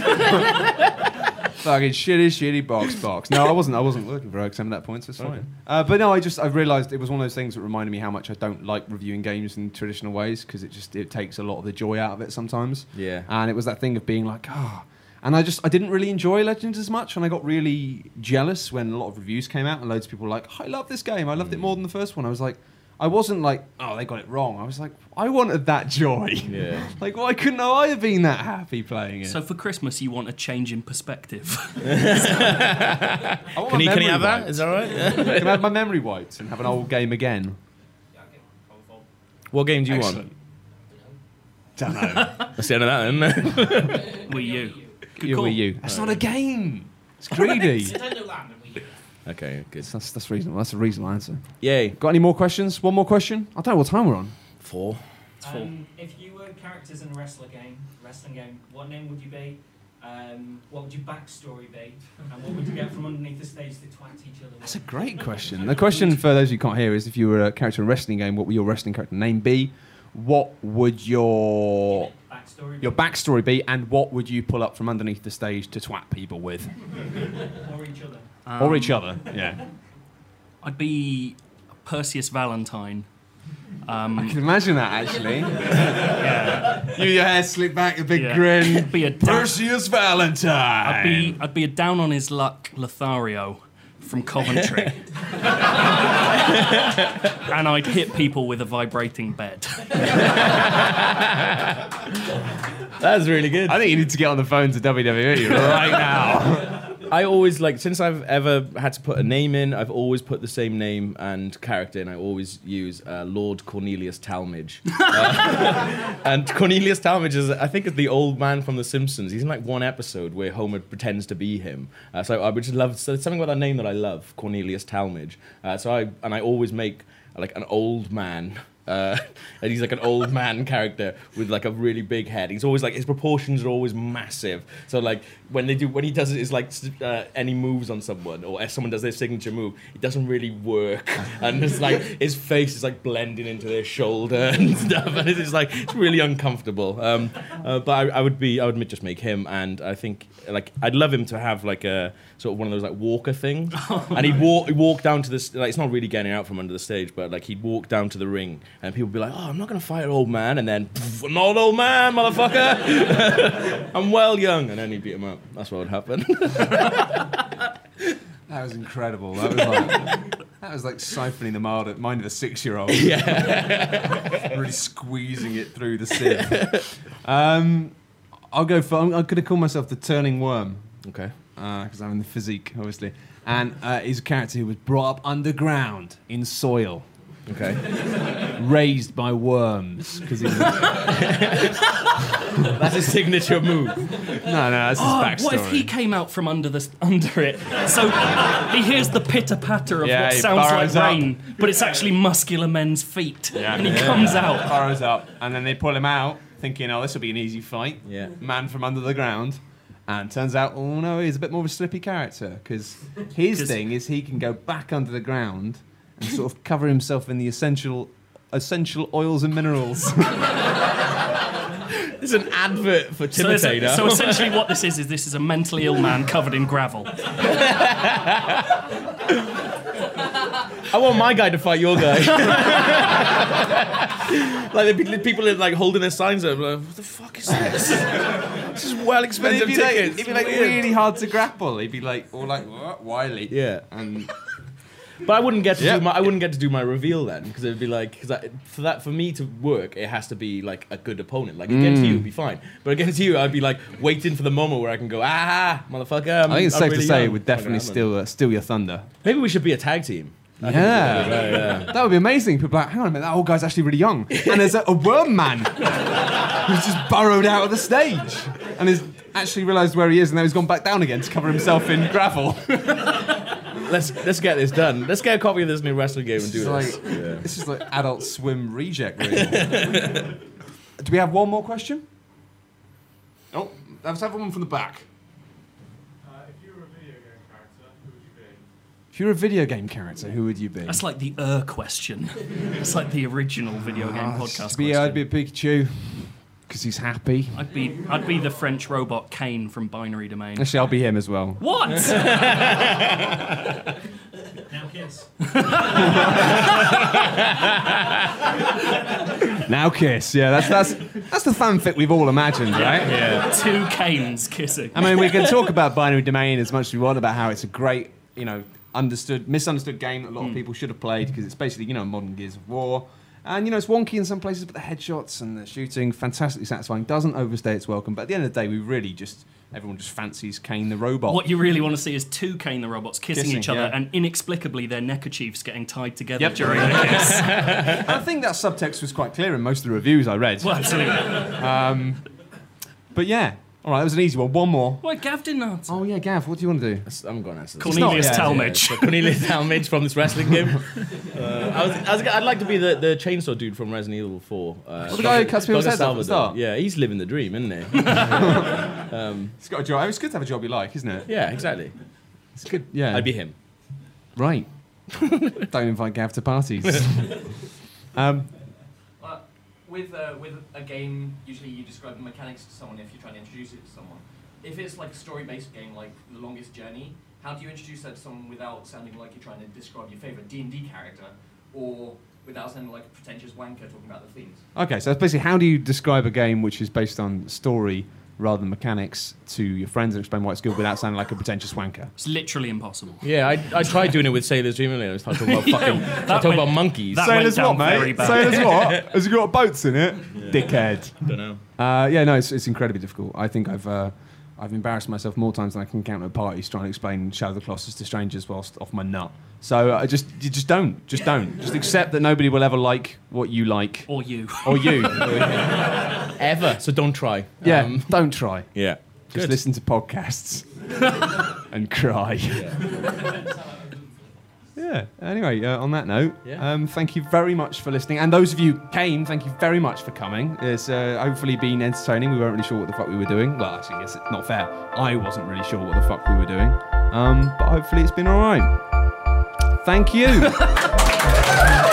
Speaker 1: Fucking shitty, shitty box box. No, I wasn't. I wasn't looking for Oaksam at that point, so it's fine. Uh, but no, I just I realised it was one of those things that reminded me how much I don't like reviewing games in traditional ways because it just it takes a lot of the joy out of it sometimes.
Speaker 2: Yeah.
Speaker 1: And it was that thing of being like, ah. And I just I didn't really enjoy Legends as much, and I got really jealous when a lot of reviews came out and loads of people were like, I love this game. I
Speaker 2: Mm.
Speaker 1: loved it more than the first one. I was like. I wasn't like, oh, they got it wrong. I was like, I wanted that joy.
Speaker 2: Yeah.
Speaker 1: like, why couldn't I have been that happy playing it?
Speaker 3: So for Christmas, you want a change in perspective.
Speaker 1: I want my
Speaker 2: Can he, can he
Speaker 1: memory
Speaker 2: have
Speaker 1: back.
Speaker 2: that? Is that all right? Yeah.
Speaker 1: Can I have my memory wiped and have an old game again?
Speaker 6: Yeah, okay. Powerful.
Speaker 2: What game do you
Speaker 1: Excellent. Don't know.
Speaker 2: want? That's the end of that, isn't it?
Speaker 3: Wii U. Good
Speaker 1: Your
Speaker 3: call.
Speaker 1: Wii U. That's not a game. It's greedy.
Speaker 6: Nintendo Land and Wii U.
Speaker 2: okay, good.
Speaker 1: that's that's reasonable. That's a reasonable answer.
Speaker 2: Yay.
Speaker 1: Got any more questions? One more question. I don't know what time we're on.
Speaker 2: Four.
Speaker 3: full.
Speaker 6: Um, if you were characters in a wrestler game, wrestling game, what name would you be? Um, what would your backstory be? And what would you get from underneath the stage to twat each other?
Speaker 1: That's a great question. The question for those who can't hear is: If you were a character in a wrestling game, what would your wrestling character name be? What would your
Speaker 6: backstory.
Speaker 1: your backstory be? And what would you pull up from underneath the stage to twat people with,
Speaker 6: Or each other.
Speaker 3: Um,
Speaker 1: or each other? Yeah.
Speaker 3: I'd be Perseus Valentine.
Speaker 1: I
Speaker 3: Um,
Speaker 1: can imagine that actually. You your hair slicked back, a big
Speaker 3: Yeah.
Speaker 1: grin.
Speaker 3: be a down,
Speaker 1: Valentine.
Speaker 3: I'd be
Speaker 1: Um,
Speaker 3: I'd be a down on his luck Lothario from Coventry. and I'd hit people with a vibrating bed.
Speaker 2: That's really good.
Speaker 1: I think you need to get on the phone to WWE right now.
Speaker 2: I always like since I've ever had to put a name in, I've always put the same name and character, and I always use uh, Lord Cornelius Talmage. Uh, and Cornelius Talmage is, I think, is the old man from The Simpsons. He's in like one episode where Homer pretends to be him. Uh, so I would just love so it's something about that name that I love, Cornelius Talmage. Uh, so I and I always make like an old man. Uh, and he's like an old man character with like a really big head. He's always like his proportions are always massive. So like when they do when he does it, it's like s- uh, any moves on someone or if someone does their signature move, it doesn't really work. And it's like his face is like blending into their shoulder and stuff, and it's just like it's really uncomfortable. Um, uh, but I, I would be I would ma- just make him, and I think like I'd love him to have like a sort of one of those like walker things, and he'd walk he'd walk down to this like it's not really getting out from under the stage, but like he'd walk down to the ring, and people would be like, "Oh, I'm not gonna fight an old man," and then "Pff, I'm not an old man, motherfucker. I'm well young, and then he'd beat him up. That's what would happen.
Speaker 1: That was incredible. That was like, that was like siphoning the mind of, mind of a six-year-old.
Speaker 2: yeah.
Speaker 1: really squeezing it through the sieve. Um, I'll go for. I'm, I'm going to call myself the turning worm.
Speaker 2: Okay.
Speaker 1: because I'm in the physique, obviously. And uh, he's a character who was brought up underground in soil,
Speaker 2: Okay.
Speaker 1: raised by worms. Because no,
Speaker 2: That's his signature move.
Speaker 1: no, that's his
Speaker 3: Oh,
Speaker 1: backstory.
Speaker 3: what if he came out from under this under it? So he hears the pitter patter of
Speaker 1: Yeah,
Speaker 3: what
Speaker 1: he
Speaker 3: sounds
Speaker 1: burrows up.
Speaker 3: like rain, but it's actually muscular men's feet,
Speaker 1: Yeah.
Speaker 3: and he comes out.
Speaker 1: burrows up, and then they pull him out, thinking, "Oh, this will be an easy fight."
Speaker 2: Yeah.
Speaker 1: Man from under the ground, and turns out, oh no, he's a bit more of a slippy character because his
Speaker 3: 'Cause-
Speaker 1: thing is he can go back under the ground and sort of cover himself in the essential essential oils and minerals.
Speaker 2: This It's an advert for
Speaker 3: So, it's-
Speaker 2: Timotator.
Speaker 3: so essentially, what this is is this is a mentally ill man covered in gravel.
Speaker 2: I want my guy to fight your guy. like there'd be li- people in, like holding their signs up. Like, what the fuck is this? this is well
Speaker 1: But it'd
Speaker 2: expensive
Speaker 1: be like,
Speaker 2: tickets.
Speaker 1: it'd be like
Speaker 2: Weird.
Speaker 1: really hard to grapple. He'd be like, or like "What? Wiley.
Speaker 2: Yeah.
Speaker 1: And
Speaker 2: But I wouldn't get to
Speaker 1: Yeah.
Speaker 2: do my I wouldn't get to do my reveal then because it'd be like because for that for me to work it has to be like a good opponent like
Speaker 1: Mm.
Speaker 2: against you it'd be fine but against you I'd be like waiting for the moment where I can go ah motherfucker I'm,
Speaker 1: I think it's
Speaker 2: I'm
Speaker 1: safe
Speaker 2: really
Speaker 1: to say it
Speaker 2: young."
Speaker 1: would definitely
Speaker 2: Fucking hell,
Speaker 1: steal uh, steal your thunder.
Speaker 2: man. maybe we should be a tag team
Speaker 1: Yeah.
Speaker 2: Right, yeah.
Speaker 1: That would be amazing. People are like, hang on a minute, that old guy's actually really young. And there's a, a worm man who's just burrowed out of the stage and has actually realised where he is and now he's gone back down again to cover himself in gravel.
Speaker 2: let's let's get this done let's get a copy of this new wrestling game and
Speaker 1: It's
Speaker 2: do this
Speaker 1: like, This is like adult swim reject, really. Do we have one more question? Oh, let's have one from the back.
Speaker 4: Uh, if you were a video game character, who would you be?
Speaker 1: If you're a video game character, who would you be?
Speaker 3: That's like the er question. It's like the original video game
Speaker 1: Ah,
Speaker 3: podcast
Speaker 1: be,
Speaker 3: question.
Speaker 1: I'd be a Pikachu because he's happy.
Speaker 3: I'd be I'd be the French robot Kane from Binary Domain.
Speaker 1: Actually, I'll be him as well.
Speaker 3: What?
Speaker 6: Now, kids.
Speaker 1: Now kiss, yeah, that's that's that's the fanfic we've all imagined, right?
Speaker 3: Two Kanes kissing.
Speaker 1: I mean, we can talk about binary domain as much as we want about how it's a great, you know, understood, misunderstood game that a lot of people should have played because it's basically, you know, modern Gears of War. And you know, it's wonky in some places, but the headshots and the shooting, fantastically satisfying, doesn't overstay its welcome. But at the end of the day, we really just everyone just fancies Kane the robot.
Speaker 3: What you really want to see is two Kane the robots kissing,
Speaker 1: Kissing,
Speaker 3: each other
Speaker 1: yeah.
Speaker 3: and inexplicably their neckerchiefs getting tied together
Speaker 1: Yep.
Speaker 3: during the kiss.
Speaker 1: And I think that subtext was quite clear in most of the reviews I read.
Speaker 3: well, absolutely.
Speaker 1: But yeah, all right, that was an easy one. One more.
Speaker 3: Why Gav didn't answer?
Speaker 1: Oh yeah, Gav, what do you want to do?
Speaker 2: I'm gonna answer this.
Speaker 3: Cornelius
Speaker 1: It's not- yeah,
Speaker 3: Talmadge.
Speaker 2: Yeah, so Cornelius Talmadge from this wrestling game. Uh, I was, I was, I'd like to be the, the chainsaw dude from Resident Evil 4. Uh,
Speaker 1: the guy who
Speaker 2: Dr.
Speaker 1: cuts people's
Speaker 2: Dr.
Speaker 1: heads off at the
Speaker 2: Salvador.
Speaker 1: start?
Speaker 2: Yeah, he's living the dream, isn't he?
Speaker 1: It's got a job. It's good to have a job you like, isn't it?
Speaker 2: yeah, exactly.
Speaker 1: It's good. Yeah.
Speaker 2: I'd be him.
Speaker 1: Right. Don't invite Gav to parties. um,
Speaker 6: But with uh, with a game, usually you describe the mechanics to someone if you're trying to introduce it to someone. If it's like a story-based game, like The Longest Journey, how do you introduce that to someone without sounding like you're trying to describe your favorite D and D character, or without sounding like a pretentious wanker talking about the themes?
Speaker 1: okay, so that's basically how do you describe a game which is based on story rather than mechanics to your friends and explain why it's good without sounding like a pretentious wanker?
Speaker 3: It's literally impossible.
Speaker 2: Yeah, I, I tried doing it with Sailor's Dream earlier. I was talking about fucking, I
Speaker 3: that
Speaker 2: was talking
Speaker 3: went-
Speaker 2: about monkeys.
Speaker 3: that- went down very bad.
Speaker 1: what? Has it got boats in it? Dickhead.
Speaker 2: don't know.
Speaker 1: Uh, yeah, no, it's, it's incredibly difficult. I think I've uh, I've embarrassed myself more times than I can count at parties trying to explain Shadow of the Colossus to strangers whilst off my nut. So I just you just don't, just don't, just accept that nobody will ever like what you like
Speaker 3: Or you.
Speaker 1: or you.
Speaker 2: Ever. So don't try.
Speaker 1: yeah,
Speaker 2: Um,
Speaker 1: don't try.
Speaker 2: yeah.
Speaker 1: Just
Speaker 2: Good.
Speaker 1: listen to podcasts and cry. Yeah. Anyway, uh, on that note,
Speaker 2: Yeah.
Speaker 1: um, thank you very much for listening, and those of you who came, thank you very much for coming. It's uh, hopefully been entertaining. We weren't really sure what the fuck we were doing. Well, actually, it's not fair. I wasn't really sure what the fuck we were doing, um, but hopefully it's been all right. Thank you.